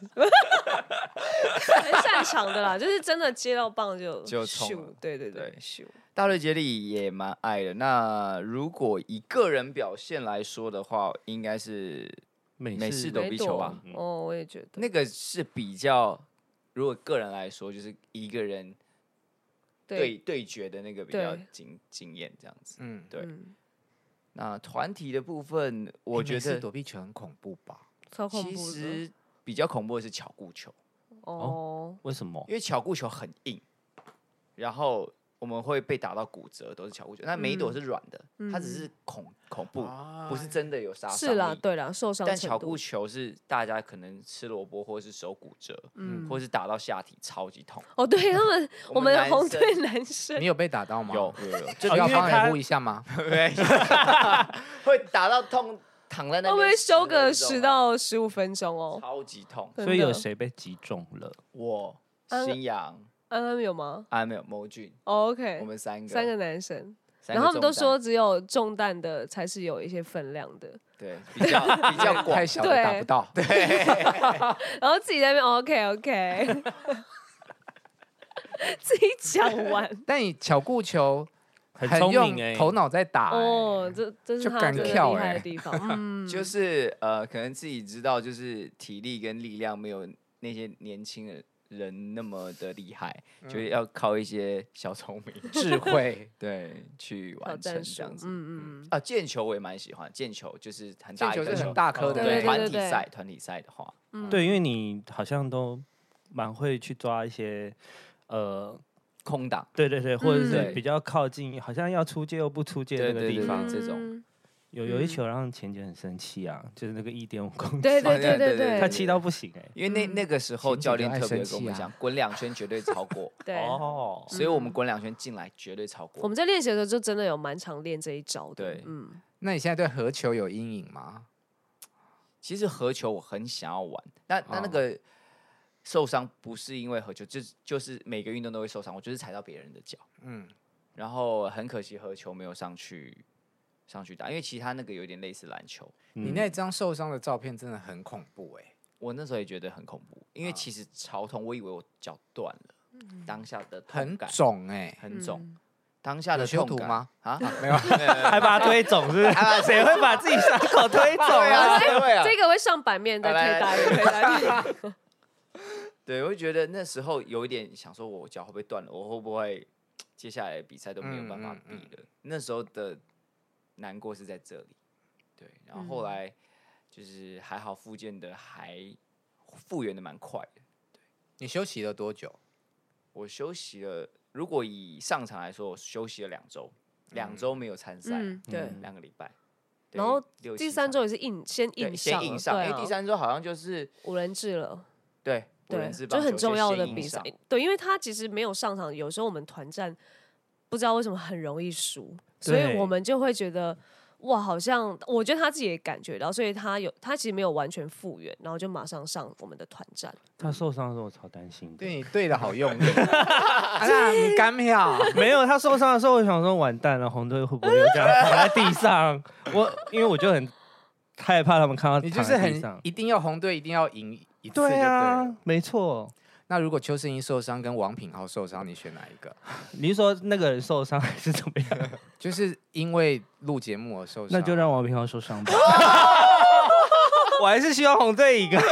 Speaker 1: 擅长的啦，就是真的接到棒就
Speaker 2: 就冲
Speaker 1: 咻
Speaker 2: 了
Speaker 1: 对对对
Speaker 2: 对，
Speaker 1: 咻，
Speaker 2: 大队接力也蛮爱的。那如果以个人表现来说的话，应该是
Speaker 4: 美
Speaker 2: 美式躲
Speaker 1: 没
Speaker 2: 避球
Speaker 1: 躲
Speaker 2: 啊
Speaker 4: 嗯
Speaker 1: 哦，我也觉得，
Speaker 2: 那个是比较，如果个人来说，就是一个人对
Speaker 1: 对，
Speaker 2: 对决的那个比较
Speaker 1: 对
Speaker 2: 惊惊艳这样子。
Speaker 3: 嗯，
Speaker 2: 对
Speaker 1: 嗯，
Speaker 2: 那团体的部分，我
Speaker 3: 诶
Speaker 2: 觉
Speaker 3: 美式
Speaker 2: 得
Speaker 3: 躲避球很恐怖吧？
Speaker 1: 超恐
Speaker 2: 其
Speaker 1: 怖的
Speaker 2: 实比较恐怖的是巧固球，
Speaker 1: 哦，
Speaker 4: 为什么？
Speaker 2: 因为巧固球很硬，然后我们会被打到骨折，都是巧固球。那每一朵
Speaker 1: 嗯
Speaker 2: 是软的，它只
Speaker 1: 嗯
Speaker 2: 是恐恐怖，不是
Speaker 3: 啊
Speaker 2: 真的有杀伤
Speaker 1: 是啦，
Speaker 2: 力。
Speaker 1: 对啦，受伤
Speaker 2: 但
Speaker 1: 程
Speaker 2: 巧
Speaker 1: 度
Speaker 2: 固球是大家可能吃萝卜或是手骨折，
Speaker 1: 嗯，
Speaker 2: 或是打到下体超级痛。
Speaker 1: 哦， 对他们，我们
Speaker 2: 男
Speaker 1: 的红
Speaker 2: 生
Speaker 1: 队男生
Speaker 3: 你有被打到吗？
Speaker 2: 有，有哦有，就
Speaker 3: 需要
Speaker 4: 因为
Speaker 3: 帮
Speaker 4: 他
Speaker 3: 人护一下吗？
Speaker 2: 对， 会打到痛，躺在那边
Speaker 1: 会不会休
Speaker 2: 10
Speaker 1: 个
Speaker 2: 分钟
Speaker 1: 十
Speaker 2: 啊
Speaker 1: 到十五分钟哦？
Speaker 2: 超级痛。
Speaker 1: 真
Speaker 4: 所以有
Speaker 1: 的嗯
Speaker 4: 谁被击中了？
Speaker 2: 我
Speaker 1: 安
Speaker 2: 新阳
Speaker 1: 安安有吗
Speaker 2: 啊，没有某俊，
Speaker 1: 哦
Speaker 2: 我
Speaker 1: ？OK，
Speaker 2: 们三个
Speaker 1: 三个，男生，
Speaker 2: 三
Speaker 1: 然
Speaker 2: 个
Speaker 1: 后他们
Speaker 2: 中
Speaker 1: 都说只有中弹的才是有一些分量的，
Speaker 2: 弹对比较 比较广
Speaker 3: 太，小的打
Speaker 1: 对
Speaker 3: 不到。 对，
Speaker 1: 然后自己在那边 OK OK，自己讲 完
Speaker 3: 但你巧固球
Speaker 4: 很
Speaker 3: 很
Speaker 4: 聪
Speaker 3: 用
Speaker 4: 明欸
Speaker 3: 头脑在
Speaker 2: 哎
Speaker 3: 打、欸。
Speaker 1: 哦，这这是
Speaker 3: 就
Speaker 1: 他
Speaker 3: 敢
Speaker 1: 真的
Speaker 3: 跳
Speaker 1: 厉害
Speaker 3: 欸
Speaker 1: 的地 方，嗯，
Speaker 2: 就是呃，可能自己知道，就是体力跟力量没有那些年轻人人那么的厉害，
Speaker 1: 嗯
Speaker 2: 就是要靠一些小聪明
Speaker 3: 智 慧
Speaker 2: 对去
Speaker 1: 挑
Speaker 2: 完成
Speaker 1: 战
Speaker 2: 这
Speaker 1: 术
Speaker 2: 样，子。
Speaker 1: 嗯嗯嗯，
Speaker 2: 啊，剑球我也蛮喜欢，剑球就是很大
Speaker 3: 毽
Speaker 2: 一
Speaker 3: 球
Speaker 2: 个
Speaker 3: 是
Speaker 2: 球
Speaker 3: 很大颗的，
Speaker 1: 对对对
Speaker 2: 团体赛团体赛的话，
Speaker 4: 对，因为你好像都蛮会去抓一些，呃，
Speaker 2: 空档
Speaker 4: 对对对，或者是
Speaker 2: 嗯
Speaker 4: 比较靠近，好像要出界又不出界那个
Speaker 2: 对
Speaker 4: 地
Speaker 2: 对
Speaker 4: 方
Speaker 2: 对，这种
Speaker 1: 嗯，
Speaker 4: 有有一
Speaker 1: 嗯
Speaker 4: 球让钱姐很生气啊，就是那个一点五公
Speaker 1: 对
Speaker 4: 尺，
Speaker 1: 对对
Speaker 2: 哦对
Speaker 1: 对
Speaker 2: 对
Speaker 1: 对，
Speaker 4: 她气到不行哎。
Speaker 2: 因为那那个时候
Speaker 3: 晴姐
Speaker 2: 教
Speaker 3: 嗯就
Speaker 2: 练
Speaker 3: 爱
Speaker 2: 特别
Speaker 3: 生
Speaker 2: 跟我
Speaker 3: 气
Speaker 2: 们
Speaker 3: 啊嗯
Speaker 2: 讲，滚两圈绝对超 过，
Speaker 1: 对。
Speaker 4: 哦，
Speaker 2: 所以我们滚两圈进来绝对超
Speaker 1: 我
Speaker 2: 过。
Speaker 1: 们在练习的时候就真的有蛮常练这一招的，
Speaker 2: 对
Speaker 1: 嗯，
Speaker 3: 那你现在对合球有阴影吗？
Speaker 2: 其实合球我很想要玩，但但那
Speaker 3: 哦
Speaker 2: 个受伤不是因为合球，就是就是每个运动都会受伤，我就是踩到别人的脚，
Speaker 3: 嗯，
Speaker 2: 然后很可惜合球没有上去上去打，因为其他那个有点类似篮球，
Speaker 3: 你
Speaker 4: 嗯
Speaker 3: 那张受伤的照片真的很恐怖哎、
Speaker 2: 我那时候也觉得很恐怖，因为
Speaker 3: 啊嗯
Speaker 2: 其实超痛，我以为我脚断了，当下的痛
Speaker 3: 很
Speaker 2: 感
Speaker 3: 肿哎、
Speaker 2: 很肿，
Speaker 1: 嗯
Speaker 2: 当下
Speaker 3: 有
Speaker 2: 的
Speaker 3: 修
Speaker 2: 痛
Speaker 3: 图
Speaker 2: 感
Speaker 3: 吗？
Speaker 2: 啊，
Speaker 3: 没有，
Speaker 4: 还把他推肿是不是？谁会把自己伤口推肿
Speaker 2: 对
Speaker 4: 啊？
Speaker 2: 啊，对啊，
Speaker 1: 这个会上版面再推
Speaker 2: 来
Speaker 1: 打
Speaker 2: 来
Speaker 1: 一推打一，
Speaker 2: 对，我就觉得那时候有一点想说，我脚会不会断了？我会不会接下来的比赛都没有办法
Speaker 3: 嗯
Speaker 2: 比
Speaker 3: 嗯
Speaker 2: 了？那时候的难过是在这里。对，然后后
Speaker 1: 嗯
Speaker 2: 来就是还好复健的还复原的蛮快的。
Speaker 3: 你休息了多久？
Speaker 2: 我休息了，如果以上场来说，我休息了两周，两周没有参赛，
Speaker 1: 嗯，对。
Speaker 2: 两个礼拜。
Speaker 1: 然后
Speaker 2: 对
Speaker 1: 第三周也是硬先
Speaker 2: 对
Speaker 1: 硬
Speaker 2: 先
Speaker 1: 上
Speaker 2: 硬
Speaker 1: 了，
Speaker 2: 上，
Speaker 1: 对
Speaker 2: 因
Speaker 1: 啊
Speaker 2: 为第三周好像就是
Speaker 1: 五人制了，
Speaker 2: 对五
Speaker 1: 对
Speaker 2: 人制，
Speaker 1: 就
Speaker 2: 棒
Speaker 1: 很
Speaker 2: 球
Speaker 1: 重
Speaker 2: 先
Speaker 1: 要
Speaker 2: 先
Speaker 1: 的
Speaker 2: 硬
Speaker 1: 比赛
Speaker 2: 上，
Speaker 1: 对，因为他其实没有上场，有时候我们团战不知道为什么很容易输，所以
Speaker 4: 对
Speaker 1: 我们就会觉得。哇，好像我觉得他自己也感觉到，所以他有他其实没有完全复原，然后就马上上我们的团战。
Speaker 4: 他受伤的时候我超担心的。
Speaker 3: 对你对的好用力， 啊，那你干票，
Speaker 4: 没有，他受伤的时候，我想说完蛋了，红队会不会又这样躺在地上？我因为我就很害怕他们看到
Speaker 3: 你就
Speaker 4: 躺
Speaker 3: 是
Speaker 4: 在地
Speaker 3: 很
Speaker 4: 上。
Speaker 3: 一定要红队一定要赢一次就
Speaker 4: 对
Speaker 3: 对了。
Speaker 4: 啊，没错。
Speaker 3: 那如果邱胜英受伤跟王品浩受伤，你选哪一个？
Speaker 4: 你是说那个人受伤 还是怎么样？
Speaker 3: 就是因为录节目而受伤，
Speaker 4: 那就让王平浩受伤吧。我还是希望红队赢啊！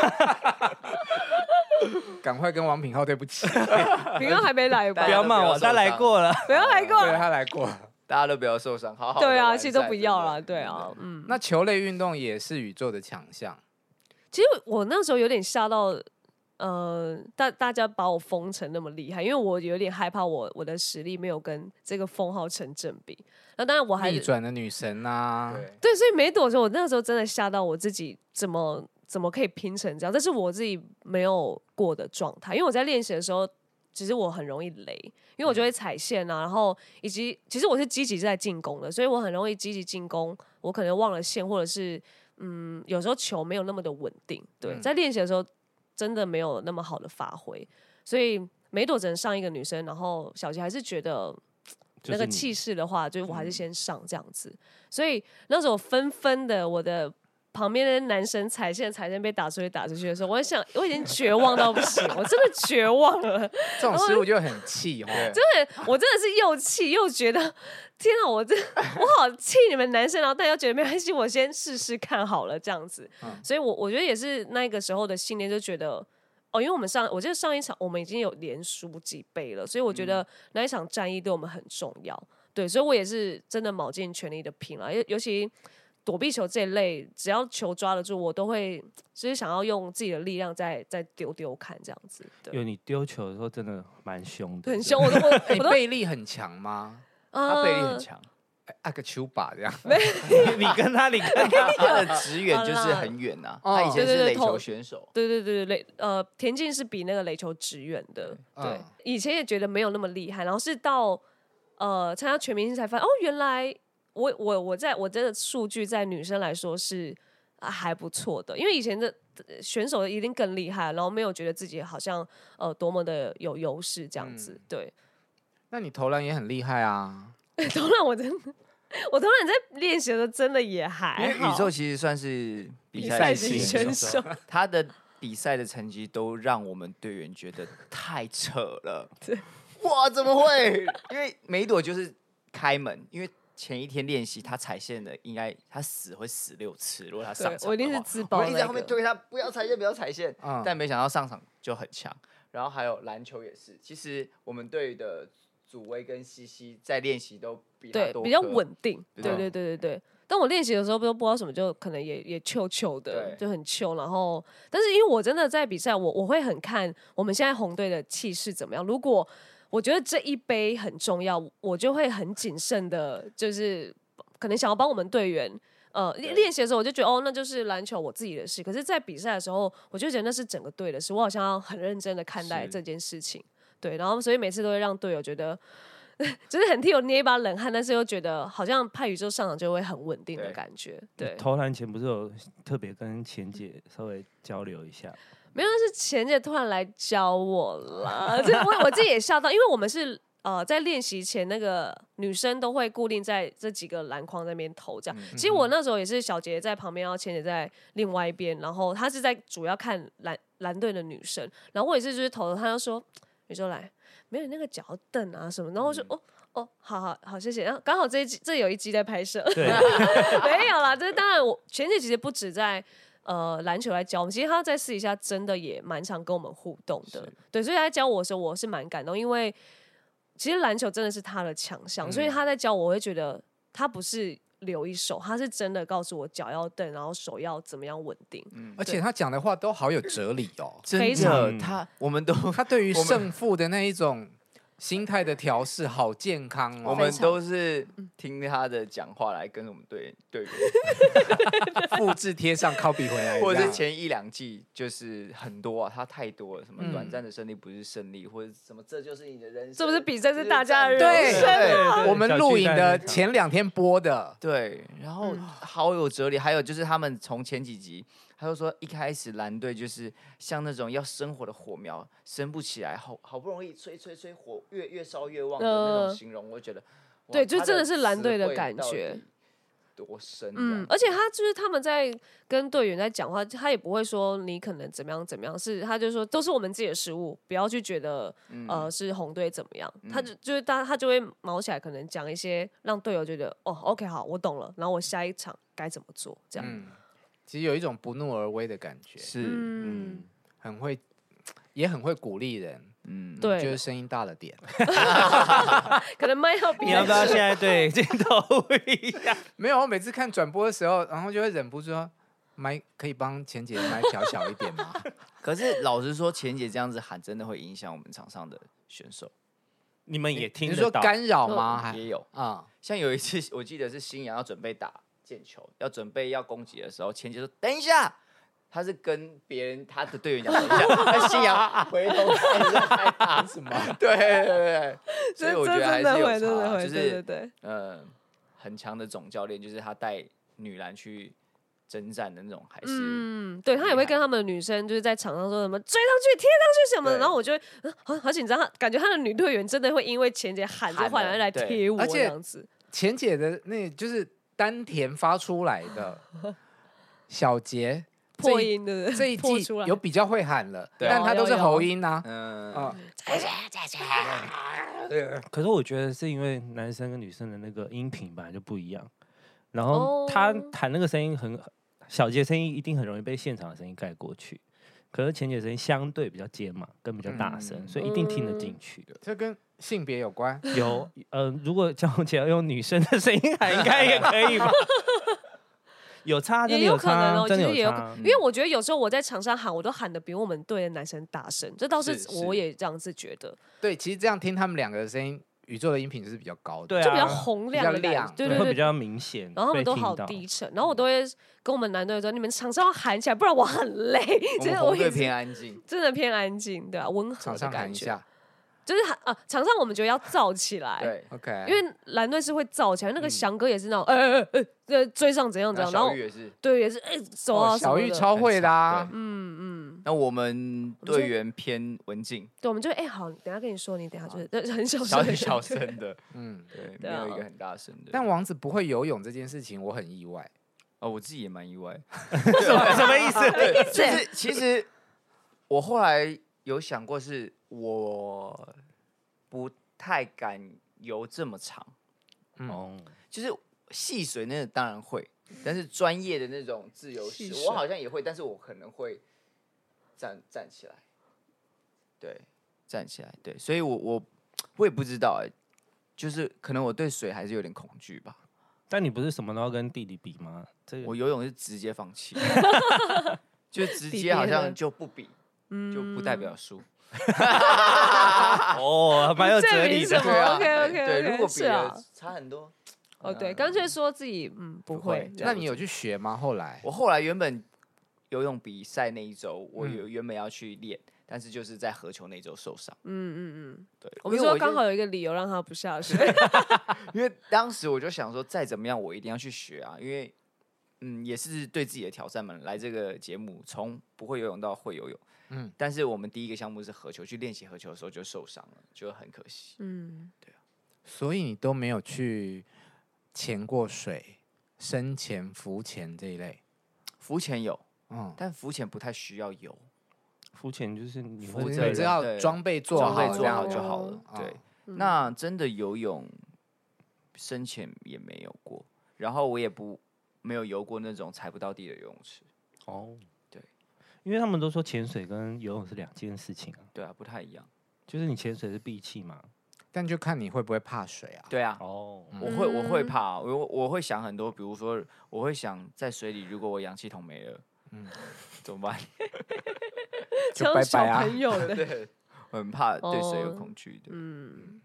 Speaker 3: 赶快跟王品浩对不起，
Speaker 1: 平安还没来吧
Speaker 4: 不
Speaker 2: 大家都
Speaker 4: 要
Speaker 2: 不
Speaker 4: 骂
Speaker 2: 要
Speaker 4: 我，
Speaker 2: 受
Speaker 4: 他来
Speaker 2: 伤
Speaker 4: 过了。
Speaker 1: 不要来过。
Speaker 3: 对他来过。
Speaker 2: 大家都不要受伤，好好地
Speaker 1: 对啊，
Speaker 2: 完
Speaker 1: 其实都
Speaker 2: 赛
Speaker 1: 不
Speaker 2: 真
Speaker 1: 要
Speaker 2: 的
Speaker 1: 了。对
Speaker 2: 真
Speaker 1: 啊
Speaker 2: 的，
Speaker 1: 嗯，
Speaker 3: 那球类运动也是宇宙的强项，
Speaker 1: 其实我那时候有点吓到，呃，大大家把我封成那么厉害，因为我有点害怕我我的实力没有跟这个封号成正比。那当然我还
Speaker 3: 逆
Speaker 1: 是
Speaker 3: 转的女神啊，
Speaker 2: 对，
Speaker 1: 对，所以没躲的时候，我那时候真的吓到我自己，怎么怎么可以拼成这样？这是我自己没有过的状态，因为我在练习的时候，其实我很容易雷，因为我就
Speaker 4: 嗯
Speaker 1: 会踩线啊，然后以及其实我是积极在进攻的，所以我很容易积极进攻，我可能忘了线，或者是嗯，有时候球没有那么的稳定。对，
Speaker 3: 嗯
Speaker 1: 在练习的时候真的没有那么好的发挥，所以梅朵只能上一个女生，然后小杰还是觉得
Speaker 4: 就是
Speaker 1: 那个
Speaker 4: 你
Speaker 1: 气势的话，就是我还是
Speaker 2: 嗯
Speaker 1: 先上这样子。所以那时候纷纷的，我的旁边的男生踩线踩线被打出去打出去的时候，我在想我已经绝望到不行，我真的绝望了。
Speaker 3: 这种失误就很气哦。
Speaker 2: 对
Speaker 1: 我真的是又气又觉得，天啊，我这 我好气你们男生，然后啊但又觉得没关系，我先试试看好了这样子。
Speaker 3: 嗯
Speaker 1: 所以我我觉得也是那个时候的信念，就觉得哦，因为我们上我记得上一场我们已经有连输几杯了，所以我觉得那一场战役对我们很重要。对，所以我也是真的卯尽全力的拼了，尤尤其。躲避球这一类，只要球抓得住，我都会就是想要用自己的力量再再丢丢看这样子。对，
Speaker 4: 有你丢球的时候真的蛮凶的，
Speaker 1: 很凶，我都我
Speaker 3: 哎你
Speaker 1: 我都
Speaker 3: 背力很强吗？
Speaker 2: 他背力
Speaker 1: 呃
Speaker 2: 很强，
Speaker 3: 哎按个球把这样，
Speaker 4: 你跟他，你跟他，
Speaker 2: 他的职员
Speaker 1: 好
Speaker 2: 就是
Speaker 1: 呃啦
Speaker 2: 很远呐，
Speaker 3: 哦
Speaker 2: 他以前
Speaker 1: 对对
Speaker 2: 是
Speaker 1: 对
Speaker 2: 垒球
Speaker 1: 投
Speaker 2: 选手，
Speaker 1: 对对对对，垒呃田径是比那个垒球职远的，对，
Speaker 3: 嗯
Speaker 1: 以前也觉得没有那么厉害，然后是到呃参加全明星才发现，哦，原来我我我在我的数据在女生来说是、啊、还不错的，因为以前的呃选手一定更厉害，然后没有觉得自己好像呃多么的有优势这样子，
Speaker 3: 嗯
Speaker 1: 对，
Speaker 3: 那你投篮也很厉害啊。
Speaker 1: 当然我真的。我当然在练习的时候真的也
Speaker 2: 因
Speaker 1: 还
Speaker 2: 为
Speaker 1: 好，
Speaker 2: 宇宙其实算是
Speaker 1: 比
Speaker 2: 比
Speaker 1: 赛
Speaker 2: 赛
Speaker 1: 型
Speaker 2: 型
Speaker 1: 选手，
Speaker 2: 他的比赛的成绩都让我们队员觉得太扯了。哇，怎么会？因为梅朵就是开门，因为前一天练习他踩线的，应该他死会死六次，如果他 上
Speaker 1: 对
Speaker 2: 场的话
Speaker 1: 我一定是自
Speaker 2: 我
Speaker 1: 爆
Speaker 2: 们一直在
Speaker 1: 那
Speaker 2: 后面
Speaker 1: 个。
Speaker 2: 推他，不要踩线，不要踩线。
Speaker 3: 嗯
Speaker 2: 但没想到上场就很强。然后还有篮球也是，其实我们队的祖威跟西西在练习都比他
Speaker 1: 对
Speaker 2: 多，
Speaker 1: 比较
Speaker 2: 颗
Speaker 1: 稳定。对
Speaker 2: 对
Speaker 1: 对对对对。但我练习的时候，不都不知道什么，就可能也也糗糗的，
Speaker 2: 对
Speaker 1: 就很糗。然后，但是因为我真的在比赛，我我会很看我们现在红队的气势怎么样。如果我觉得这一杯很重要，我就会很谨慎的，就是可能想要帮我们队员。呃，练练习的时候我就觉得哦，那就是篮球我自己的事。可是，在比赛的时候，我就觉得那是整个队的事。我好像要很认真的看待
Speaker 2: 是
Speaker 1: 这件事情。对，然后所以每次都会让队友觉得， 就是很替我捏一把冷汗，但是又觉得好像派宇宙上场就会很稳定的
Speaker 2: 对
Speaker 1: 感觉。对，
Speaker 4: 投篮前不是有特别跟钱姐稍微交流一下，
Speaker 1: 没有是前姐突然来教我了，这我我自己也吓到，因为我们是。呃，在练习前，那个女生都会固定在这几个篮筐那边投，这样。其实我那时候也是小杰在旁边，然后千姐在另外一边，然后她是在主要看蓝蓝队的女生，然后我也是就是投了，她就说宇宙来，没有你那个脚要蹬啊什么，然后我说、哦哦，好好好，谢谢。然后刚好这一集这有一集在拍摄，
Speaker 4: 对，
Speaker 1: 没有啦，这当然我全姐其实不止在呃篮球来教我们，其实她在私底下真的也蛮常跟我们互动的
Speaker 3: 是，
Speaker 1: 对，所以她在教我的时候，我是蛮感动，因为其实篮球真的是她的强项，
Speaker 3: 嗯
Speaker 1: 所以她在教我，我会觉得她不是留一手，她是真的告诉我脚要蹬，然后手要怎么样稳定，
Speaker 2: 嗯。
Speaker 3: 而且他讲的话都好有哲理哦
Speaker 2: 真
Speaker 1: 非
Speaker 2: 的
Speaker 1: 常
Speaker 2: 他我们都
Speaker 3: 他对于
Speaker 2: 我们
Speaker 3: 胜负的那一种心态的调试好健康哦。
Speaker 2: 我们
Speaker 5: 非常
Speaker 2: 都是听他的讲话来跟我们 对对比，
Speaker 3: 复制贴上 copy 回 来，
Speaker 2: 或者
Speaker 3: 这
Speaker 2: 是
Speaker 3: 样
Speaker 2: 前一两季就是很多啊，他太多了，什么
Speaker 3: 嗯
Speaker 2: 短暂的胜利不是胜利，或者什么这就是你的人生，
Speaker 1: 这不是比赛是大家的人
Speaker 3: 对
Speaker 1: 生
Speaker 4: 对
Speaker 3: 我们录影的，
Speaker 4: 对
Speaker 3: 前两天播的，
Speaker 2: 对，然后
Speaker 1: 嗯
Speaker 2: 好有哲理。还有就是他们从前几集，他就说一开始蓝队就是像那种要生火的火苗，升不起来，好好不容易吹吹吹火，越越烧越旺的那
Speaker 1: 呃
Speaker 2: 种形容，我觉得哇
Speaker 1: 对就
Speaker 2: 他
Speaker 1: 真的是蓝
Speaker 2: 词
Speaker 1: 队的
Speaker 2: 汇
Speaker 1: 感
Speaker 2: 到
Speaker 1: 觉
Speaker 2: 底多深这样，
Speaker 1: 嗯，而且他就是他们在跟队员在讲话，他也不会说你可能怎么样怎么样，是他就说都是我们自己的失误，不要去觉得、
Speaker 2: 嗯
Speaker 1: 呃是红队怎么样，他就就是他他就会毛起来，可能讲一些让队友觉得哦 OK 好，我懂了，然后我下一场该怎么做这样。
Speaker 3: 嗯，其实有一种不怒而威的感觉，
Speaker 2: 是
Speaker 1: 嗯
Speaker 2: 嗯
Speaker 3: 很会，也很会鼓励人，
Speaker 2: 嗯，
Speaker 1: 对
Speaker 3: 就是声音大了点。
Speaker 1: 可能麦要比
Speaker 4: 你要不要现在对镜头一 下？
Speaker 3: 没有，我每次看转播的时候，然后就会忍不住说。麦可以帮钱姐麦调小一点吗？
Speaker 2: 可是老实说，钱姐这样子喊真的会影响我们场上的选手，
Speaker 4: 你们也 听
Speaker 3: 你是
Speaker 4: 得
Speaker 3: 说
Speaker 4: 到？
Speaker 3: 干扰
Speaker 1: 哦
Speaker 3: 吗？还
Speaker 2: 也有。
Speaker 3: 啊，
Speaker 2: 像有一次，我记得是新阳要准备打毽球，要准备要攻击的时候，钱姐说：“等一下。”他是跟别人他的队员讲等一下，但新阳回头看是害怕什么？对对对对，所以我觉得还
Speaker 1: 真的
Speaker 2: 是有
Speaker 1: 会，真的
Speaker 2: 差啊，
Speaker 1: 会，
Speaker 2: 就
Speaker 1: 对对
Speaker 2: 是
Speaker 1: 对，
Speaker 2: 呃，很强的总教练，就是他带女篮去征战的那种，还是
Speaker 1: 嗯，对他也
Speaker 2: 厉
Speaker 1: 会
Speaker 2: 害
Speaker 1: 跟他们的女生就是在场上说什么追上去、贴上去什么的，
Speaker 2: 对
Speaker 1: 然后我就会嗯好好紧张，感觉他的女队员真的会因为钱姐喊着
Speaker 2: 喊
Speaker 1: 换来
Speaker 2: 了
Speaker 1: 来
Speaker 2: 对
Speaker 1: 贴我
Speaker 3: 而
Speaker 1: 这
Speaker 3: 且
Speaker 1: 样子。
Speaker 3: 钱姐的那就是丹田发出来的小节这
Speaker 1: 破
Speaker 3: 一
Speaker 1: 音的
Speaker 3: 这一
Speaker 1: 破
Speaker 3: 季
Speaker 1: 出来
Speaker 3: 有比较会喊了，
Speaker 2: 对
Speaker 3: 但
Speaker 1: 有
Speaker 3: 她都
Speaker 1: 有
Speaker 3: 是
Speaker 1: 有
Speaker 3: 喉音呐。
Speaker 2: 嗯
Speaker 3: 啊，
Speaker 1: 哎
Speaker 4: 可是我觉得是因为男生跟女生的那个音频本来就不一样，然后他
Speaker 1: 哦
Speaker 4: 弹那个声音很小节声音，一定很容易被现场的声音盖过去。可是前姐声音相对比较尖嘛，跟比较大声，
Speaker 1: 嗯
Speaker 4: 所以一定听得进去的。
Speaker 3: 这跟性别有关。
Speaker 4: 有，呃，如果叫我姐要用女生的声音 喊，应该也可 以吧？有差，真
Speaker 1: 也
Speaker 4: 的
Speaker 1: 有可
Speaker 4: 差
Speaker 1: 能哦，
Speaker 4: 真
Speaker 1: 其
Speaker 4: 的
Speaker 1: 实也有可
Speaker 4: 差
Speaker 1: 能，因为我觉得有时候我在场上喊，我都喊的比我们队的男生大声，这倒是
Speaker 2: 是
Speaker 1: 我
Speaker 2: 是
Speaker 1: 也这样子觉得，
Speaker 3: 对，其实这样听他们两个的声音，宇宙的音频是比较高的。
Speaker 4: 对
Speaker 1: 就比较
Speaker 4: 啊，
Speaker 1: 洪
Speaker 3: 比
Speaker 1: 亮
Speaker 3: 较
Speaker 1: 的感觉，
Speaker 3: 亮
Speaker 1: 对
Speaker 4: 会
Speaker 1: 对
Speaker 4: 比
Speaker 1: 对。
Speaker 4: 较明显，
Speaker 1: 然后他们
Speaker 4: 被
Speaker 1: 都
Speaker 4: 听
Speaker 1: 好
Speaker 4: 到
Speaker 1: 低沉，然后我都会跟我们男队说：“你们场上要喊起来，不然我很累。”
Speaker 2: 我
Speaker 1: 真
Speaker 2: 们
Speaker 1: 的我
Speaker 2: 红
Speaker 1: 也
Speaker 2: 队
Speaker 1: 是
Speaker 2: 偏安静，
Speaker 1: 真的偏安静，对啊，温和
Speaker 3: 场
Speaker 1: 的
Speaker 3: 上喊
Speaker 1: 感
Speaker 3: 一
Speaker 1: 觉，
Speaker 3: 下
Speaker 1: 就是喊啊，场上我们觉得要燥起来，
Speaker 2: 对，
Speaker 3: ，OK。
Speaker 1: 因为蓝队是会燥起来，那个翔哥也是那种，呃呃呃，呃追上怎样怎
Speaker 2: 那
Speaker 1: 样，然后
Speaker 2: 小雨也是。
Speaker 1: 对也是哎走
Speaker 3: 哦
Speaker 1: 啊，什
Speaker 3: 小
Speaker 1: 么
Speaker 3: 玉
Speaker 1: 的
Speaker 3: 超会的啊
Speaker 2: 很，
Speaker 1: 嗯嗯，
Speaker 2: 那我们
Speaker 1: 我们就
Speaker 2: 队员偏文静，
Speaker 1: 对，我们就哎、好，等一下跟你说，你等一下就是但是很 小
Speaker 2: 小
Speaker 1: 声，
Speaker 2: 小声的，
Speaker 3: 嗯。
Speaker 2: 对，没
Speaker 1: 对啊
Speaker 2: 有一个很大声的。
Speaker 3: 但王子不会游泳这件事情，我很意外。
Speaker 2: 哦，我自己也蛮意外。
Speaker 4: 什么什么意思？
Speaker 2: 对，就是其实我后来有想过，是我不太敢游这么长，
Speaker 4: 哦，
Speaker 2: 就是戏水那个当然会，但是专业的那种自由
Speaker 1: 戏
Speaker 2: 式，
Speaker 1: 水
Speaker 2: 我好像也会，但是我可能会站站起来，对，站起来，对，所以我我我也不知道哎、就是可能我对水还是有点恐惧吧。
Speaker 4: 但你不是什么都要跟弟弟比吗？这个
Speaker 2: 我游泳是直接放 弃，就直接好像就不比，
Speaker 1: 嗯
Speaker 2: 就不代 表输。
Speaker 4: 哦，蛮有哲理
Speaker 1: 啊这没
Speaker 4: 的
Speaker 1: 什。么
Speaker 2: 对啊
Speaker 1: OK，OK，OK，
Speaker 2: 对，如果比
Speaker 1: 是啊
Speaker 2: 了差很多。
Speaker 1: 哦，对，干脆说自己嗯不
Speaker 2: 会
Speaker 1: 会，
Speaker 2: 这
Speaker 3: 那
Speaker 2: 样
Speaker 3: 你有去学吗？后来
Speaker 2: 我后来原本游泳比赛那一周，
Speaker 1: 嗯
Speaker 2: 我有原本要去练，但是就是在河球那一周受伤。
Speaker 1: 嗯嗯嗯，
Speaker 2: 对，
Speaker 1: 我们
Speaker 2: 因为
Speaker 1: 说
Speaker 2: 就
Speaker 1: 刚好，有一个理由让他不下水，
Speaker 2: 因为当时我就想说，再怎么样我一定要去学啊，因为嗯也是对自己的挑战嘛。来这个节目，从不会游泳到会游泳，
Speaker 3: 嗯
Speaker 2: 嗯，但是我们第一个项目是河球，去练习河球的时候就受伤了，就很可惜。
Speaker 1: 嗯，
Speaker 3: 所以你都没有去潜过水、深潜、浮潜这一类。
Speaker 2: 浮潜有，
Speaker 3: 嗯，
Speaker 2: 但浮潜不太需要游，
Speaker 4: 肤浅就是你
Speaker 2: 浮
Speaker 4: 会
Speaker 2: 潜
Speaker 4: 被
Speaker 3: 你
Speaker 2: 对
Speaker 3: 知
Speaker 2: 对
Speaker 3: 道
Speaker 2: 对
Speaker 3: 装备做
Speaker 2: 装
Speaker 3: 好，
Speaker 2: 备
Speaker 1: 好
Speaker 2: 做
Speaker 1: 这
Speaker 2: 好啊
Speaker 1: 样
Speaker 2: 就好
Speaker 1: 哦
Speaker 2: 了。对，
Speaker 1: 嗯
Speaker 2: 那真的游泳深潜也没有过，然后我也不没有游过那种踩不到地的游泳池。
Speaker 4: 哦，
Speaker 2: 对，
Speaker 4: 因为他们都说潜水跟游泳是两件事情啊，
Speaker 2: 对啊，不太一样。
Speaker 4: 就是你潜水是闭气嘛。
Speaker 3: 但就看你会不会怕水啊。
Speaker 2: 对啊，
Speaker 4: 哦，
Speaker 2: 我会我会
Speaker 1: 嗯
Speaker 2: 怕，我我会想很多，比如说我会想在水里，如果我氧气筒 没了，嗯，怎么办？
Speaker 3: 就
Speaker 1: 超
Speaker 3: 拜
Speaker 1: 小
Speaker 3: 拜啊
Speaker 1: 朋友的，
Speaker 2: 对，很怕对水有
Speaker 1: 哦
Speaker 2: 恐惧的。
Speaker 1: 嗯，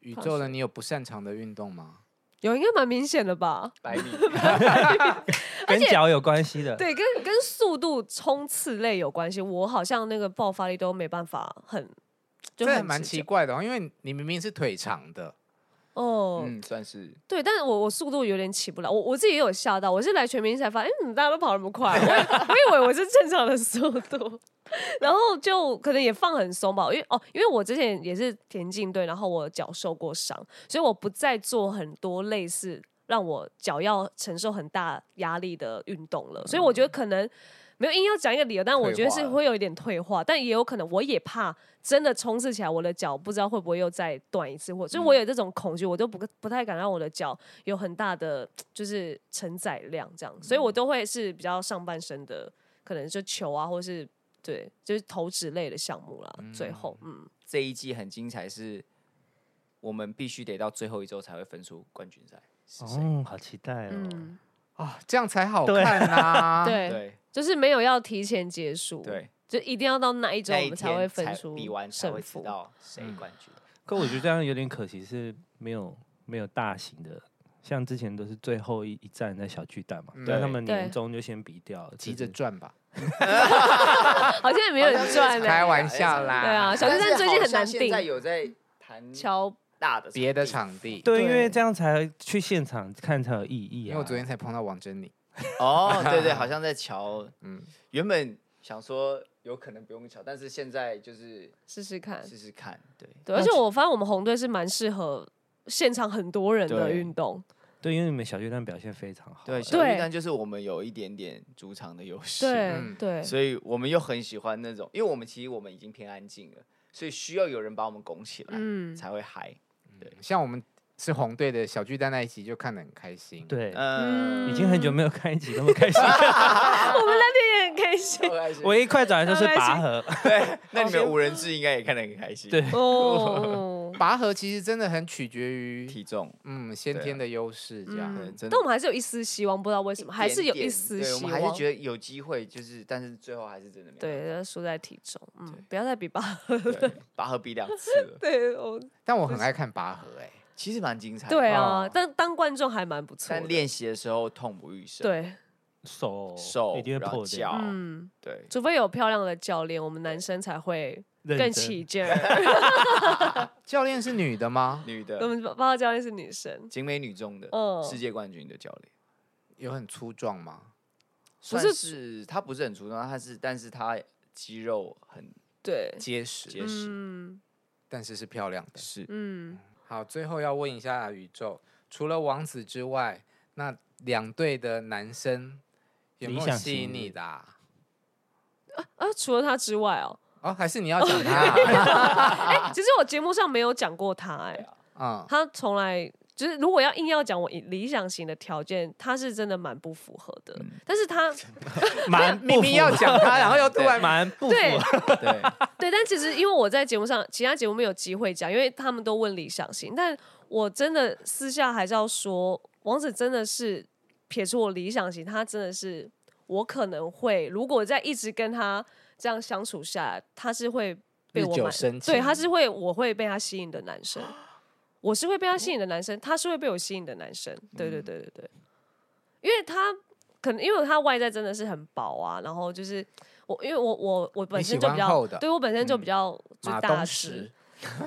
Speaker 3: 宇宙人，你有不擅长的运动吗？
Speaker 1: 有应该蛮明显的吧？
Speaker 2: 百米
Speaker 4: 跟
Speaker 1: 且
Speaker 4: 脚有关系的。
Speaker 1: 对，跟跟速度冲刺类有关系。我好像那个爆发力都没办法很，就
Speaker 3: 这还
Speaker 1: 很
Speaker 3: 蛮
Speaker 1: 直
Speaker 3: 奇
Speaker 1: 角
Speaker 3: 怪的哦，因为你明明是腿长的，
Speaker 1: 哦。
Speaker 2: 嗯，算是
Speaker 1: 对，但是我我速度有点起不来，我我自己也有吓到，我是来全民才发现，哎、怎么大家都跑那么快？我以我以为我是正常的速度， 然后就可能也放很松吧，因为哦，因为我之前也是田径队，然后我脚受过伤，所以我不再做很多类似让我脚要承受很大压力的运动了，所以我觉得可能。没有硬要讲一个理由，但我觉得
Speaker 2: 退
Speaker 1: 是
Speaker 2: 化了
Speaker 1: 会有一点退化，但也有可能我也怕真的冲刺起来，我的脚不知道会不会又再断一次，或所以我有这种恐惧，我都不不太敢让我的脚有很大的就是承载量这样，所以我都会是比较上半身的，可能就球啊，或是对，就是投掷类的项目啦。最后，嗯，
Speaker 2: 这一季很精彩，是我们必须得到最后一周才会分出冠军赛是谁。
Speaker 4: 哦，好期待哦！
Speaker 1: 嗯，
Speaker 3: 啊，这样才好
Speaker 4: 对
Speaker 3: 看 啊。
Speaker 1: 对，
Speaker 2: 对
Speaker 1: 就是没有要提前结束，，
Speaker 2: 对，
Speaker 1: 就一定要到那一周
Speaker 2: 那
Speaker 1: 我
Speaker 2: 一
Speaker 1: 们才会
Speaker 2: 天
Speaker 1: 分
Speaker 2: 才
Speaker 1: 出
Speaker 2: 比完才
Speaker 1: 胜
Speaker 2: 会知
Speaker 1: 负。嗯
Speaker 2: 道谁冠军。
Speaker 4: 可我觉得这样有点可惜，是没有没有大型的，像之前都是最后一一站在小巨蛋嘛，但他
Speaker 2: 对
Speaker 4: 们
Speaker 1: 对
Speaker 4: 年终就先比掉，
Speaker 3: 急
Speaker 4: 就
Speaker 3: 着
Speaker 4: 是
Speaker 3: 转吧，
Speaker 1: 好像也没有人赚欸呢、
Speaker 3: 开玩笑啦。
Speaker 1: 对啊小巨
Speaker 2: 但
Speaker 1: 蛋
Speaker 2: 是
Speaker 1: 最近
Speaker 2: 好
Speaker 1: 很
Speaker 2: 像
Speaker 1: 难
Speaker 2: 现
Speaker 1: 定
Speaker 2: 在有在谈
Speaker 1: 乔
Speaker 2: 大的
Speaker 3: 别的
Speaker 2: 地
Speaker 3: 场地，
Speaker 4: 对，因为
Speaker 1: 对
Speaker 4: 这样才去现场看才有意义
Speaker 3: 因
Speaker 4: 啊。
Speaker 3: 为我昨天才碰到王珍妮，
Speaker 2: 哦，对对，好像在瞧。
Speaker 3: 嗯
Speaker 2: 嗯，原本想说有可能不用瞧，但是现在就是
Speaker 1: 试试看，
Speaker 2: 试试看。对，
Speaker 1: 对，而且我发现我们红队是蛮适合现场很多人的运动，
Speaker 4: 对，因为你们小巨蛋表现非常好，
Speaker 2: 对，
Speaker 4: 哎
Speaker 2: 小
Speaker 1: 对
Speaker 2: 巨蛋就是我们有一点点主场的优势。
Speaker 1: 对
Speaker 3: 嗯
Speaker 1: 对
Speaker 2: 所以我们又很喜欢那种，因为我们其实我们已经偏安静了，所以需要有人把我们拱起来，
Speaker 1: 嗯，
Speaker 2: 才会嗨。
Speaker 3: 像我们是红队的小巨蛋那一集就看得很开心。，
Speaker 4: 对，
Speaker 2: 嗯，
Speaker 1: 嗯
Speaker 4: 已经很久没有看一集那么开心了。
Speaker 1: 我 们那天也很开心
Speaker 2: 都开心
Speaker 4: 唯一快转的就是
Speaker 1: 好开
Speaker 4: 拔
Speaker 1: 心
Speaker 4: 河，
Speaker 2: 对，那你们五人制应该也看得很开心。
Speaker 4: 对，
Speaker 1: 哦。
Speaker 3: 拔河其实真的很取决于
Speaker 2: 体重
Speaker 3: 嗯先
Speaker 2: 对啊
Speaker 3: 天的优势这样
Speaker 2: 可。能 真
Speaker 1: 但
Speaker 2: 的
Speaker 1: 我们还是有一丝希望，不知道为什么，还是有一
Speaker 2: 点
Speaker 1: 丝
Speaker 2: 对，我
Speaker 1: 希
Speaker 2: 们还是
Speaker 1: 望。
Speaker 2: 觉得有机会，就是但是最后还是真的没有。
Speaker 1: 对，输在体重，
Speaker 2: 对
Speaker 1: 嗯，不要再比吧。
Speaker 2: 对，拔河比两次 了，
Speaker 1: 对，我
Speaker 3: 但我很爱看拔河，哎，
Speaker 2: 其实蛮精彩的。
Speaker 1: 对
Speaker 3: 哦
Speaker 1: 啊，但当观众还蛮不错
Speaker 2: 但
Speaker 1: 的。
Speaker 2: 练习的时候痛不欲生。，
Speaker 1: 对，
Speaker 4: 手
Speaker 2: 手
Speaker 4: 一定会
Speaker 2: 然后
Speaker 4: 破
Speaker 2: 脚
Speaker 4: 掉，
Speaker 2: 哦
Speaker 1: 嗯，
Speaker 2: 对，
Speaker 1: 除非有漂亮的教练，我们男生才会
Speaker 4: 认
Speaker 1: 更
Speaker 4: 真
Speaker 1: 起劲儿。
Speaker 3: 教练是女的吗？
Speaker 2: 女
Speaker 1: 我
Speaker 2: 的
Speaker 1: 们报告教练是女生，
Speaker 2: 景美女中的
Speaker 1: 嗯
Speaker 2: 世界冠军的教练，
Speaker 3: 有很粗壮吗？
Speaker 1: 不
Speaker 2: 算
Speaker 1: 是
Speaker 2: 是她不是很粗壮，她是但是她肌肉很
Speaker 1: 对，
Speaker 2: 结实，结实
Speaker 1: 嗯
Speaker 3: 但是是漂亮的。
Speaker 2: 是
Speaker 1: 嗯，
Speaker 3: 好，最后要问一下宇宙，除了王子之外，那两队的男生有没
Speaker 4: 理
Speaker 3: 有
Speaker 4: 想
Speaker 3: 吸
Speaker 4: 型
Speaker 3: 引
Speaker 4: 的
Speaker 3: 你的啊？
Speaker 1: 啊，除了他之外哦，
Speaker 3: 哦，还是你要讲他
Speaker 1: 哎，其实我节目上没有讲过他，哎，
Speaker 3: 啊？嗯，
Speaker 1: 他从来就是如果要硬要讲我以理想型的条件，他是真的蛮不符合的。但是他
Speaker 4: 蛮
Speaker 3: 明
Speaker 4: 不
Speaker 3: 明
Speaker 4: 符
Speaker 3: 要
Speaker 4: 合
Speaker 3: 讲他，然后又突然
Speaker 4: 蛮不符
Speaker 1: 对
Speaker 4: 合
Speaker 2: 对，
Speaker 1: 对，但其实因为我在节目上，其他节目没有机会讲，因为他们都问理想型，但我真的私下还是要说，王子真的是撇除我理想型，他真的是我可能会，如果再一直跟他这样相处下来，他是会被
Speaker 3: 日
Speaker 1: 我
Speaker 3: 久
Speaker 1: 蛮
Speaker 3: 生
Speaker 1: 对，
Speaker 3: 情
Speaker 1: 他是会我会被他吸引的男生，我是会被他吸引的男生，他是会被我吸引的男生，对对对对对，因为他可能因为他外在真的是很薄啊，然后就是我因为我我我本
Speaker 3: 你
Speaker 1: 身
Speaker 3: 喜
Speaker 1: 就比
Speaker 3: 欢厚
Speaker 1: 较
Speaker 3: 的
Speaker 1: 对我本身就比较、就
Speaker 3: 嗯马
Speaker 1: 大
Speaker 3: 东
Speaker 1: 只
Speaker 3: 石，，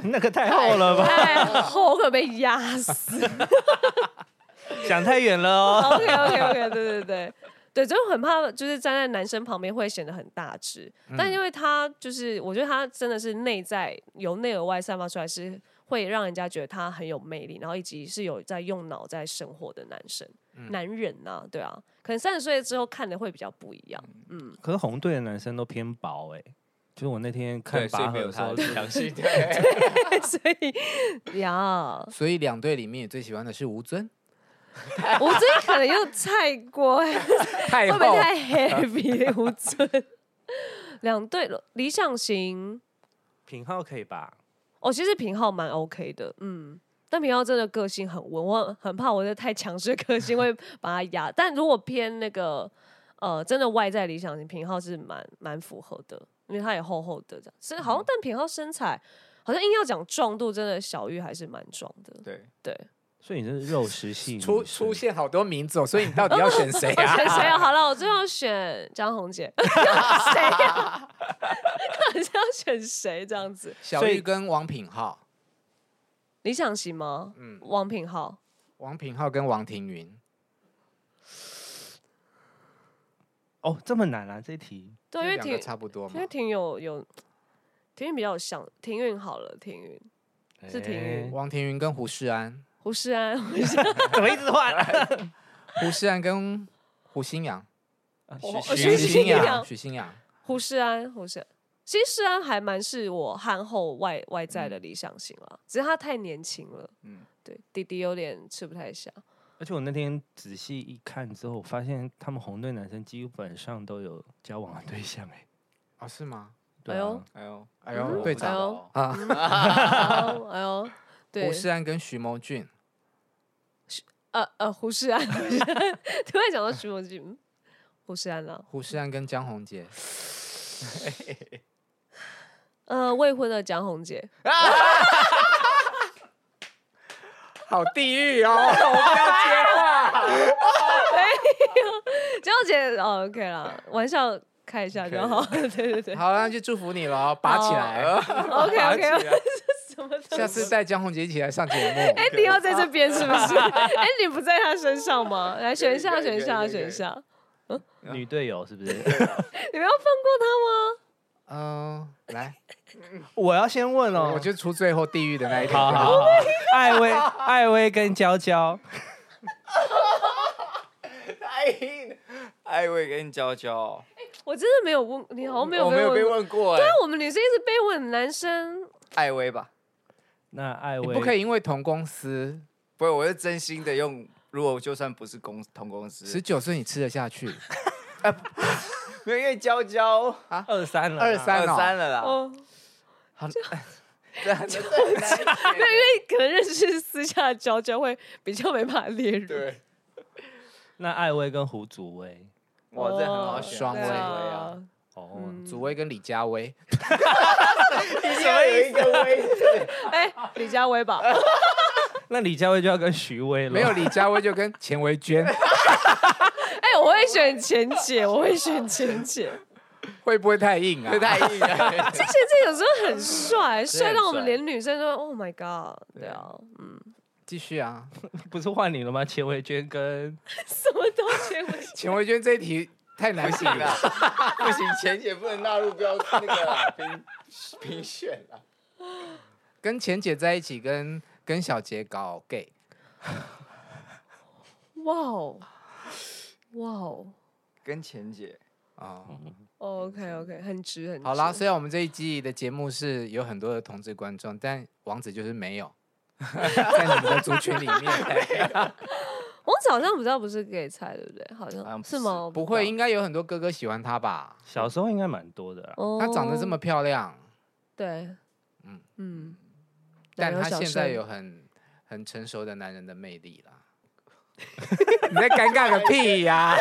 Speaker 4: 那个太厚了 吧？
Speaker 1: 太 厚我可能被压死。
Speaker 4: 想太远了哦。
Speaker 1: OK OK OK，对对对。对，就很怕，就是站在男生旁边会显得很大只，但
Speaker 3: 嗯
Speaker 1: 因为他就是，我觉得他真的是内在由内而外散发出来，是会让人家觉得他很有魅力，然后以及是有在用脑在生活的男生、
Speaker 3: 嗯
Speaker 1: 男人呐、对啊，可能三十岁之后看的会比较不一样，嗯，
Speaker 4: 可是红队的男生都偏薄哎，就是我那天看
Speaker 2: 所以
Speaker 4: 拔
Speaker 2: 没
Speaker 4: 河
Speaker 2: 有
Speaker 4: 的时
Speaker 2: 她
Speaker 4: 候
Speaker 2: 的
Speaker 4: 是，
Speaker 2: 良 心。对，
Speaker 1: 所以 呀，
Speaker 3: 所以两队里面你最喜欢的是吴尊，
Speaker 1: 我最近可能又 太过
Speaker 3: 太
Speaker 1: 会不会太 heavy 吴尊？两队了理想型
Speaker 4: 品浩可以吧？
Speaker 1: 哦，其实平浩蛮 OK 的，嗯，但平浩真的个性很温，我很怕我的太强势的个性会把他压。但如果偏那个呃，真的外在理想型，平浩是蛮蛮符合的，因为它也厚厚的这样。所以好像但偏好身材，好像硬要讲壮度，真的小玉还是蛮壮的。
Speaker 2: 对，
Speaker 1: 对，
Speaker 4: 所以你是肉食系女
Speaker 3: 出
Speaker 4: 生
Speaker 3: 出现好多名字哦，所以你到底要选谁 啊？
Speaker 1: 选谁啊？好了，我最后选张红姐。谁呀？到底是要选谁？这样子，
Speaker 3: 小
Speaker 4: 所
Speaker 3: 玉
Speaker 4: 以
Speaker 3: 跟王品浩，
Speaker 1: 理想型吗？
Speaker 3: 嗯，
Speaker 1: 王品浩，
Speaker 3: 王品浩跟王庭云，
Speaker 4: 哦，这么难啊这一题，
Speaker 1: 对，因
Speaker 3: 这
Speaker 1: 为
Speaker 3: 两
Speaker 1: 挺
Speaker 3: 个差不多嘛
Speaker 1: 因为。挺有有，庭运比较有像庭运好了，庭运是体育
Speaker 3: 王庭云跟胡世安，
Speaker 1: 胡世安，
Speaker 4: 哎怎么一直换？
Speaker 3: 胡世安跟胡新阳，
Speaker 1: 我
Speaker 4: 徐
Speaker 1: 哦徐
Speaker 4: 徐
Speaker 1: 新阳
Speaker 3: 许新阳，
Speaker 1: 胡世安，胡世安，其实世安还蛮是我憨厚外外在的理想型
Speaker 3: 嗯
Speaker 1: 啦，只是他太年轻了，
Speaker 2: 嗯，
Speaker 1: 对弟弟有点吃不太下，
Speaker 4: 而且我那天仔细一看之后，我发现他们红队男生基本上都有交往的对象哎、
Speaker 3: 哦，是吗？
Speaker 4: 对
Speaker 1: 哎
Speaker 4: 啊、
Speaker 1: 呦
Speaker 2: 哎呦，
Speaker 3: 哎
Speaker 1: 嗯
Speaker 3: 呦，队
Speaker 1: 哎
Speaker 3: 长，
Speaker 1: 呦
Speaker 2: 哦，
Speaker 1: 哎呦哎呦，对
Speaker 3: 胡，世安跟徐谋俊，
Speaker 1: 呃呃，胡世安， 胡世安突然讲到徐梦俊，嗯胡世安啊啦，
Speaker 3: 胡世安跟江宏杰，
Speaker 1: 呃，未婚的蒋红 姐，
Speaker 3: 好地狱哦！ 我不要接 话。
Speaker 1: 哎蒋红姐，哦，OK 啦，玩笑开一下就好，对 对对
Speaker 3: 好，那就祝福你了，拔起来，
Speaker 1: ，OK OK，什 么东西？
Speaker 3: 下次带江宏杰一起来上节目。
Speaker 1: 你要在这边是不是？哎，你不在他身上吗？来选一下，
Speaker 2: 可
Speaker 1: 选
Speaker 2: 以可以
Speaker 1: 一下，
Speaker 2: 可以可
Speaker 1: 选
Speaker 2: 以
Speaker 1: 一下。
Speaker 4: 女队友是不是？
Speaker 1: 你们要放过他吗？
Speaker 3: 嗯，来，
Speaker 4: 我要先问哦，
Speaker 3: 我就出最后地狱的那一
Speaker 4: 好
Speaker 3: 条。
Speaker 4: 好好，艾薇艾薇跟娇娇，
Speaker 2: 太硬了， 艾薇跟娇娇，
Speaker 1: 我真的没有问，你好像没有
Speaker 2: 我没有被
Speaker 1: 问过。啊
Speaker 2: 问过哎，
Speaker 1: 但我们女生一直被问男生，
Speaker 2: 艾薇吧，
Speaker 4: 那艾
Speaker 3: 你
Speaker 4: 薇
Speaker 3: 不可以因为同公司，
Speaker 2: 不是，我是真心的用，如果就算不是公同公
Speaker 3: 十
Speaker 2: 司，
Speaker 3: 九岁你吃得下去？
Speaker 2: 没有因为娇娇
Speaker 4: 二三了，
Speaker 3: 二三
Speaker 2: 二
Speaker 3: 哦
Speaker 2: 啊三了啦，
Speaker 1: 哦，
Speaker 2: 这很这很难
Speaker 1: 对，因为可能认识私下的娇娇会比较没办法列入。
Speaker 2: 对，
Speaker 4: 那艾薇跟胡祖威，
Speaker 1: 哦，
Speaker 2: 哇，这很好选，
Speaker 3: 双
Speaker 1: 对
Speaker 3: 位
Speaker 2: 这很好选啊
Speaker 1: 啊，
Speaker 4: 哦，
Speaker 1: 嗯
Speaker 3: 祖威跟李佳薇，
Speaker 2: 什么一个威字？
Speaker 1: 哎，李佳薇吧，
Speaker 4: 那李佳薇就要跟徐威了，
Speaker 3: 没有李佳薇就跟钱维娟，
Speaker 1: 哎，我会选钱姐，我会选钱姐。
Speaker 3: 会不会太硬啊？
Speaker 2: 太硬了。
Speaker 1: 之前这有时候很帅，
Speaker 2: 真的
Speaker 1: 帅
Speaker 2: 很
Speaker 1: 到我们
Speaker 2: 帅
Speaker 1: 连女生都 Oh my God，对啊，嗯，
Speaker 3: 继续啊，
Speaker 4: 不是换你了吗？钱维娟 跟
Speaker 1: 什么都学不起。
Speaker 3: 钱维娟这一题太难
Speaker 2: 不
Speaker 3: 行
Speaker 2: 行
Speaker 3: 了
Speaker 2: 啦。，不行，钱姐不能纳入标那个啦评评选啦。
Speaker 3: 跟钱姐在一起，跟跟小杰搞 gay，
Speaker 1: 哇哦，哇哦
Speaker 2: 跟钱姐，
Speaker 3: 哦，
Speaker 1: ，OK OK，很直很直。
Speaker 3: 好啦，虽然我们这一季的节目是有很多的同志观众，但王子就是没有 在你们的族群里面，
Speaker 1: 我好像比较不是 gay 菜，对不对？好
Speaker 2: 好像
Speaker 1: 像
Speaker 2: 不
Speaker 1: 是
Speaker 2: 是
Speaker 1: 吗？
Speaker 3: 嗯不会，应该有很多哥哥喜欢他吧？
Speaker 4: 小时候应该蛮多的啦。啊
Speaker 1: 哦
Speaker 3: 她长得这么漂亮，
Speaker 1: 对，
Speaker 3: 嗯
Speaker 1: 嗯嗯，
Speaker 3: 但
Speaker 1: 奶油
Speaker 3: 她
Speaker 1: 小
Speaker 3: 现在
Speaker 1: 生
Speaker 3: 有很很成熟的男人的魅力啦。 你在尴尬个屁 呀、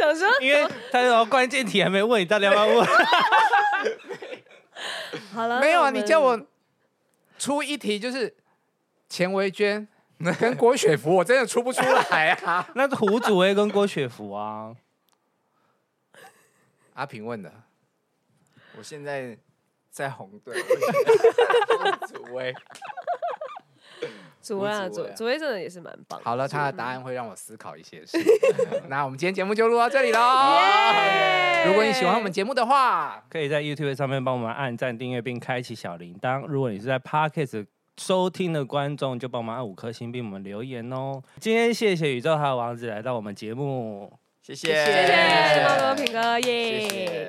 Speaker 1: 有时候
Speaker 4: 因为他有关键题还没问，你到底要不要 问？
Speaker 1: 好了，
Speaker 3: 没有
Speaker 1: 那
Speaker 3: 啊，
Speaker 1: 们
Speaker 3: 你叫我出一题就是钱维娟跟郭雪芙，我真的出不出来啊。
Speaker 4: 那是胡祖威跟郭雪芙啊，
Speaker 3: 阿平问的，
Speaker 2: 我现在在红 队，我是吴祖威，
Speaker 1: 祖薇啊，
Speaker 2: 无紫
Speaker 1: 祖
Speaker 2: 薇啊
Speaker 1: 祖薇真的也是蛮棒的。
Speaker 3: 好了，他的答案会让我思考一些事。 那我们今天节目就录到这里喽。如果你喜欢我们节目的话，
Speaker 4: 可以在 YouTube 上面帮我们按赞、订阅并开启小铃铛。如果你是在 Podcast 收听的观众，就帮忙按五颗星并我们留言哦。今天谢谢宇宙还有王子来到我们节目。
Speaker 2: 谢
Speaker 3: 谢
Speaker 2: 谢，
Speaker 1: 谢谢
Speaker 3: 谢
Speaker 1: 猫哥平哥
Speaker 2: 谢谢
Speaker 1: 耶。。